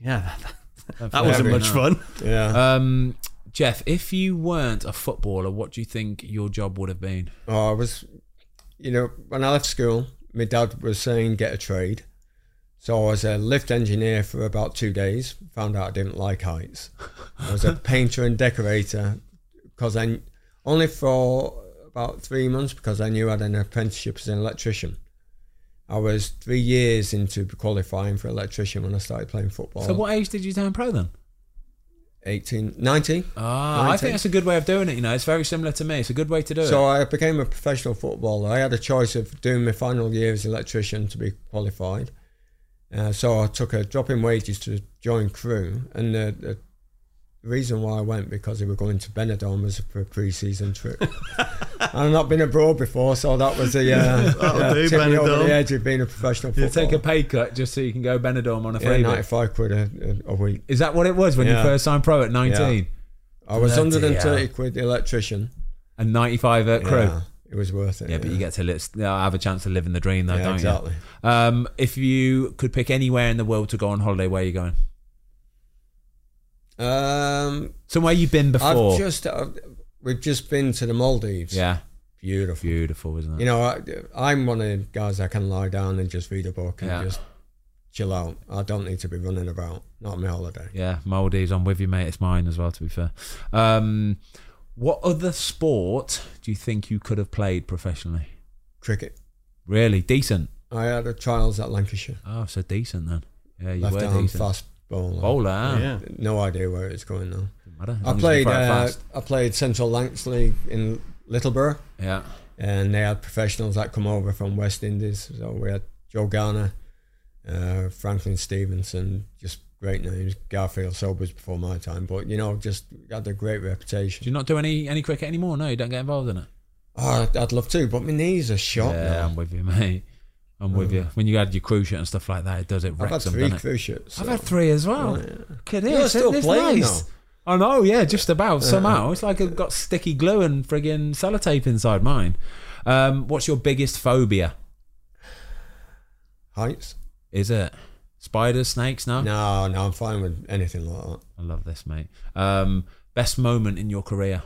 S3: "Yeah, that, that wasn't
S2: Very
S3: much fun."
S2: Yeah.
S1: Um, Jeff, if you weren't a footballer, what do you think your job would have been?
S2: oh, I was, you know, when I left school, my dad was saying get a trade. So I was a lift engineer for about two days. Found out I didn't like heights. I was a painter and decorator because I only for about three months because I knew I had an apprenticeship as an electrician. I was three years into qualifying for electrician when I started playing football.
S1: So, what age did you turn pro then?
S2: 18, 19?
S1: Ah, I think
S2: Nineteen.
S1: that's a good way of doing it. You know, it's very similar to me. It's a good way to do
S2: So
S1: it.
S2: I became a professional footballer. I had a choice of doing my final year as electrician to be qualified. Uh, so I took a drop in wages to join crew, and the, the reason why I went because they were going to Benidorm as for a pre-season trip. I've not been abroad before, so that was the uh,
S3: That'll
S2: yeah,
S3: do,
S2: tipped me over
S3: Benidorm.
S2: the edge of being a professional
S1: You
S2: footballer.
S1: take a pay cut just so you can go Benidorm on a
S2: yeah,
S1: free.
S2: ninety-five quid a, a a week.
S1: is that what it was when you
S2: Yeah.
S1: first signed pro at 19?
S2: I was
S1: Bloody
S2: hundred and thirty
S1: hell.
S2: quid electrician.
S1: and 95 at crew. Yeah,
S2: Yeah, it was worth it.
S1: but you get to li- s- uh, have a chance of living the dream, though,
S2: Yeah,
S1: don't
S2: exactly.
S1: you? Um, if you could pick anywhere in the world to go on holiday, where are you going?
S2: Um,
S1: Somewhere you've been before.
S2: I've just I've, we've just been to the Maldives.
S1: yeah,
S2: beautiful.
S1: beautiful, isn't
S2: You
S1: it?
S2: know, I, I'm one of the guys that can lie down and just read a book and
S1: Yeah.
S2: just chill out. I don't need to be running about. Not on my holiday.
S1: Yeah, Maldives, I'm with you, mate. It's mine as well, to be fair. Um, what other sport do you think you could have played professionally?
S2: Cricket.
S1: Really decent.
S2: I had a trials at Lancashire.
S1: Oh, so decent then. Yeah, you
S2: Left
S1: were
S2: arm
S1: decent.
S2: fast bowler.
S1: Bowler. ah,
S3: Yeah,
S2: No idea where it's going though.
S1: doesn't matter, as
S2: I
S1: long as you
S2: played.
S1: throw it
S2: Uh,
S1: fast.
S2: I played Central Lancs League in Littleborough,
S1: Yeah.
S2: and they had professionals that come over from West Indies. So we had Joe Garner, uh, Franklin Stevenson, just great names. Garfield Sobers before my time, but you know, just had a great reputation.
S1: Do you not do any any cricket anymore? No, you don't get involved in it.
S2: Oh, I'd- I'd love to, but my knees are shot
S1: yeah,
S2: now.
S1: I'm with you, mate. I'm with you. When you had your crew shirt and stuff like that, it does it
S2: I've
S1: wrecks
S2: had
S1: them,
S2: three
S1: doesn't it?
S2: cruise ships.
S1: I've had three as well. Kid, yeah,
S2: You're
S1: so
S2: still
S1: it's
S2: playing
S1: nice. I know, yeah, just about somehow. It's like I've got sticky glue and friggin' sellotape inside mine. Um, what's your biggest phobia?
S2: Heights.
S1: Is it? Spiders, snakes? No?
S2: No, no, I'm fine with anything like that.
S1: I love this, mate. Um, best moment in your career?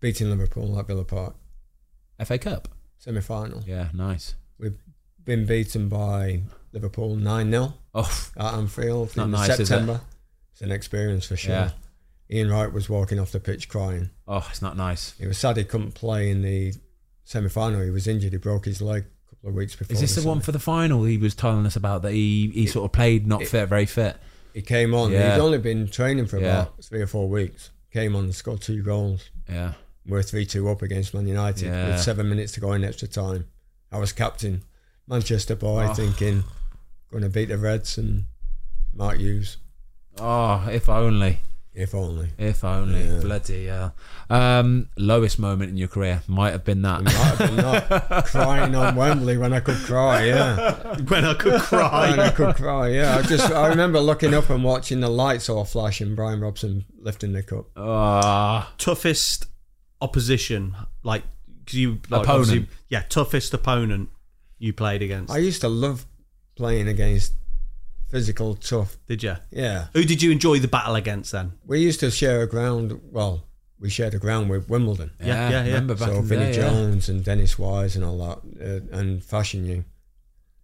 S2: Beating Liverpool at Villa Park,
S1: FA Cup?
S2: semi final.
S1: Yeah, nice.
S2: We've been beaten by Liverpool 9 0
S1: Oh,
S2: at Anfield
S1: not
S2: Uh, in
S1: nice, is it?
S2: September. It's an experience for sure.
S1: Yeah.
S2: Ian Wright was walking off the pitch crying.
S1: oh, it's not nice.
S2: He was sad he couldn't play in the semi final. He was injured. He broke his leg a couple of weeks before.
S1: Is this the one
S2: semi-
S1: for the final he was telling us about that he, he sort of played not fit, very fit?
S2: He came on.
S1: Yeah.
S2: He'd only been training for
S1: Yeah.
S2: about three or four weeks. Came on and scored two goals.
S1: Yeah.
S2: We're 3 2 up against Man United
S1: Yeah.
S2: with seven minutes to go in extra time. I was captain, Manchester boy,
S1: Oh.
S2: thinking, going to beat the Reds and Mark Hughes,
S1: Oh, if only.
S2: if only.
S1: If only.
S2: Yeah.
S1: Bloody hell. Um, lowest moment in your career might have been that.
S2: Might have been that. crying on Wembley when I could cry, yeah.
S3: when I could cry.
S2: When I could cry, yeah. I just I remember looking up and watching the lights all flash and Brian Robson lifting the cup.
S1: Ah,
S3: toughest opposition, like 'cause you like,
S1: Opponent.
S3: obviously- yeah, toughest opponent you played against.
S2: I used to love playing against physical, tough.
S3: did you?
S2: Yeah.
S3: Who did you enjoy the battle against then?
S2: We used to share a ground, well, we shared a ground with Wimbledon.
S1: yeah,
S3: yeah, yeah.
S1: Remember back
S2: so
S1: in the
S2: Vinnie
S1: day, yeah.
S2: Jones and Dennis Wise and all that, uh, and Fashion You.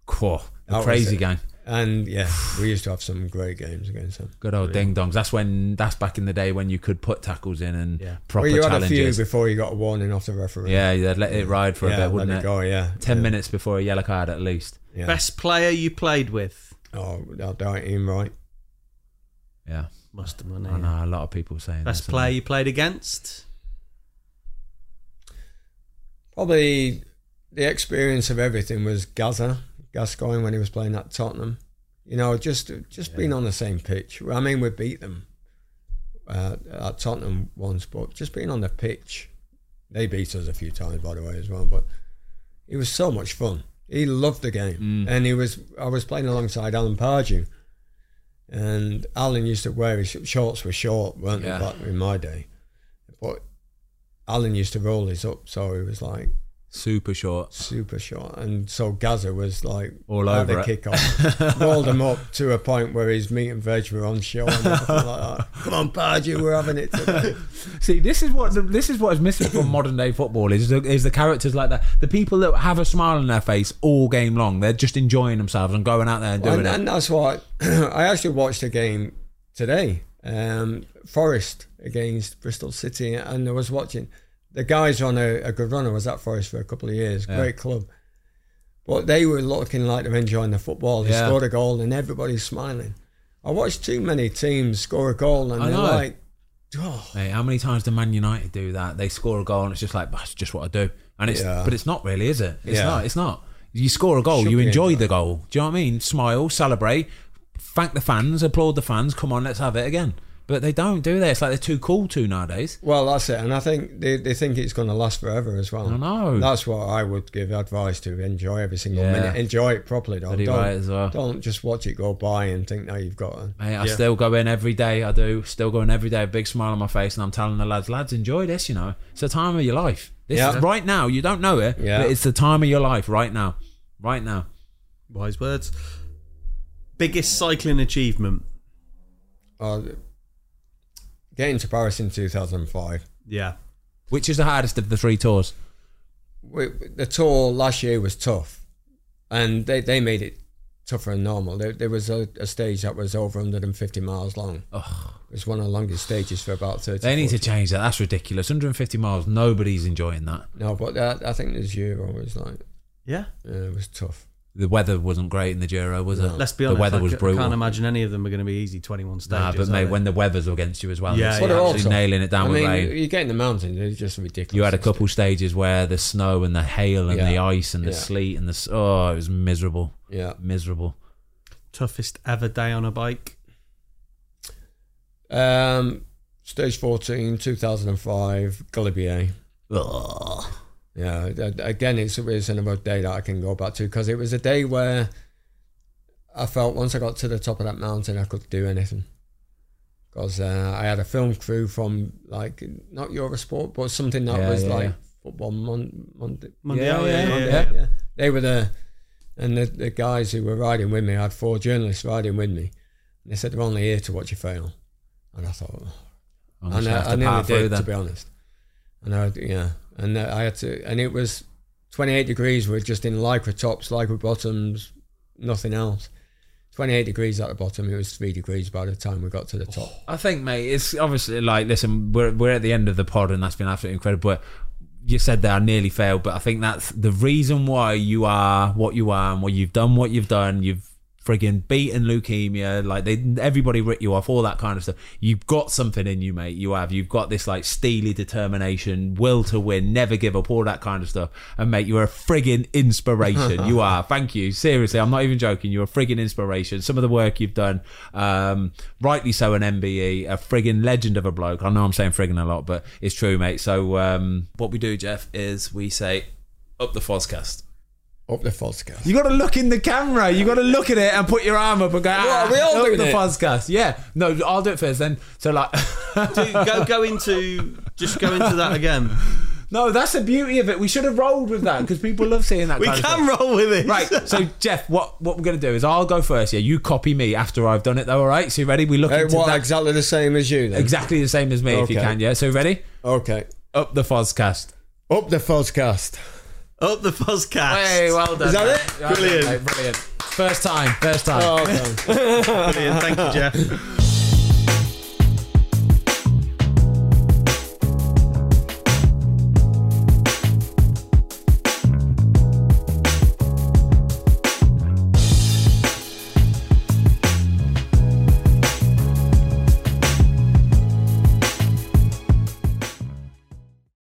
S1: Quah, the
S2: That was
S1: crazy
S2: it.
S1: gang.
S2: And yeah, we used to have some great games against them.
S1: Good old ding dongs. That's when. That's back in the day when you could put tackles in and
S3: Yeah.
S1: proper
S2: well, you had a few
S1: challenges.
S2: before you got a warning off the referee.
S1: yeah, they'd let it ride for
S2: yeah,
S1: a bit, wouldn't
S2: let
S1: it?
S2: it go, yeah.
S1: Ten
S2: yeah,
S1: minutes before a yellow card, at least.
S2: Yeah.
S3: Best player you played with?
S2: Oh, I doubt him, right?
S1: Yeah,
S3: Must have been
S1: I know a lot of people saying
S3: Best
S1: that,
S3: player you played against?
S2: Probably the experience of everything was Gaza, Gascoigne when he was playing at Tottenham. You know, just just being on the same pitch. I mean, we beat them uh, at Tottenham once, but just being on the pitch, they beat us a few times, by the way, as well. But it was so much fun. He loved the game, and he was. I was playing alongside Alan Pardew, and Alan used to wear his shorts were short, weren't
S1: Yeah.
S2: they, back in my day? But Alan used to roll his up, so he was like
S1: Super short.
S2: super short. And so Gaza was like
S1: All
S2: at
S1: over
S2: the
S1: it.
S2: kickoff, rolled him up to a point where his meat and veg were on show. And everything like that. Come on, Pardew, we're having it today.
S1: See, this is what the, this is what is missing from modern day football is the, is the characters like that. The people that have a smile on their face all game long. They're just enjoying themselves and going out there and doing
S2: and,
S1: it.
S2: and that's why I actually watched a game today, um, Forest against Bristol City, and I was watching. The guys on a, a good run. I was at Forest for a couple of years. Great club. But they were looking like they're enjoying the football. They
S1: Yeah.
S2: scored a goal and everybody's smiling. I watched too many teams score a goal and
S1: I
S2: they're
S1: know.
S2: like, oh,
S1: Mate, how many times do Man United do that? They score a goal and it's just like that's just what I do, and it's
S2: Yeah.
S1: but it's not really, is it? It's
S2: Yeah.
S1: not. It's not. You score a goal,
S2: Should
S1: you
S2: be
S1: enjoy
S2: enjoyed.
S1: the goal. Do you know what I mean? Smile, celebrate, thank the fans, applaud the fans. Come on, let's have it again. But they don't do that. It's like they're too cool to nowadays.
S2: Well, that's it, and I think they, they think it's going to last forever as well.
S1: I know.
S2: That's what I would give advice to: enjoy every single
S1: Yeah.
S2: minute, enjoy it properly. Don't,
S1: Bloody
S2: don't,
S1: right as well.
S2: don't just watch it go by and think now you've got. A,
S1: Mate, I
S3: Yeah.
S1: still go in every day. I do still go in every day, a big smile on my face, and I'm telling the lads, lads, enjoy this. You know, it's the time of your life. This
S2: Yeah.
S1: right now. You don't know it,
S2: Yeah.
S1: but it's the time of your life right now, right now.
S3: Wise words. Biggest cycling achievement?
S2: uh, getting to Paris in 2005.
S3: Yeah.
S1: Which is the hardest of the three tours?
S2: We, the tour last year was tough, and they, they made it tougher than normal. There, there was a, a stage that was over 150 miles long. It was one of the longest stages for about 30.
S1: They need to change that. That's ridiculous. 150 miles. Nobody's enjoying that.
S2: no, but that, I think this Euro was like
S3: Yeah.
S2: yeah, it was tough.
S1: The weather wasn't great in the Giro, was it?
S3: Let's be honest.
S1: The weather
S3: I
S1: was
S3: ca-
S1: brutal.
S3: can't imagine any of them are going to be easy 21 stages.
S1: Nah, but
S3: are
S1: mate,
S3: they?
S1: when the weather's against you as well,
S3: Yeah,
S1: it's
S3: yeah. But
S1: absolutely
S2: also,
S1: nailing it down
S2: I
S1: with
S2: mean,
S1: rain.
S2: you get in the mountains, it's just ridiculous.
S1: You had a couple stages where the snow and the hail and
S2: Yeah.
S1: the ice and the
S2: Yeah.
S1: sleet and the s- oh, it was miserable,
S2: Yeah.
S1: miserable.
S3: Toughest ever day on a bike?
S2: Um, stage 14, 2005, Galibier.
S1: Ugh.
S2: Yeah. that- Again, it's, it's another day that I can go back to because it was a day where I felt once I got to the top of that mountain, I could do anything. Because uh, I had a film crew from like not Eurosport, but something that
S1: Yeah,
S2: was
S1: yeah,
S2: like
S1: yeah.
S2: football Mon- Monday.
S3: Monday,
S1: Yeah,
S3: oh,
S1: yeah,
S3: yeah,
S1: yeah,
S3: yeah,
S1: yeah.
S2: They were the And the, the guys who were riding with me, I had four journalists riding with me, and they said they're only here to watch you fail. And I thought, oh.
S1: I'm
S2: and
S1: just gonna
S2: I,
S1: have
S2: I
S1: to power
S2: nearly
S1: through
S2: did, to
S1: then.
S2: be honest. And I, yeah, and I had to, and it was 28 degrees. We're just in lycra tops, lycra bottoms, nothing else. 28 degrees at the bottom. It was three degrees by the time we got to the
S1: Oh.
S2: top.
S1: I think, mate, it's obviously like, listen, we're, we're at the end of the pod and that's been absolutely incredible. But you said that I nearly failed, but I think that's the reason why you are what you are and what you've done, what you've done. You've friggin' beaten leukemia. Like, they everybody ripped you off, all that kind of stuff. You've got something in you, mate. You have. You've got this, like, steely determination, will to win, never give up, all that kind of stuff. And, mate, you're a friggin' inspiration. you are. Thank you. Seriously, I'm not even joking. You're a friggin' inspiration. Some of the work you've done, um, rightly so, an MBE, a friggin' legend of a bloke. I know I'm saying friggin' a lot, but it's true, mate. So, um,
S4: What we do, Jeff, is we say up the Fozcast.
S2: Up the Fosca.
S1: you got to look in the camera. You got to look at it and put your arm up and go. Ah,
S2: are we all
S1: look,
S2: doing
S1: the
S2: it?"
S1: podcast. Yeah. No, I'll do it first. Then, so like.
S3: Do- go go into just go into that again.
S1: No, that's the beauty of it. We should have rolled with that because people love seeing that.
S3: We
S1: kind of stuff.
S3: can roll with it.
S1: Right, so Jeff, what what we're gonna do is I'll go first. Yeah, you copy me after I've done it though. All right, so you ready? We look
S2: Hey,
S1: into
S2: what,
S1: that
S2: exactly the same as you then?
S1: exactly the same as me if you
S2: Okay.
S1: can. Yeah, so ready?
S2: Okay.
S1: Up the Fozcast.
S2: Up the Foscast.
S3: Up the Fozcast.
S1: Hey, well done.
S2: Is that
S1: mate.
S2: it?
S1: Yeah,
S3: Brilliant.
S1: mate, brilliant. First time. First time.
S2: Oh, thanks.
S3: Brilliant. Thank you, Jeff.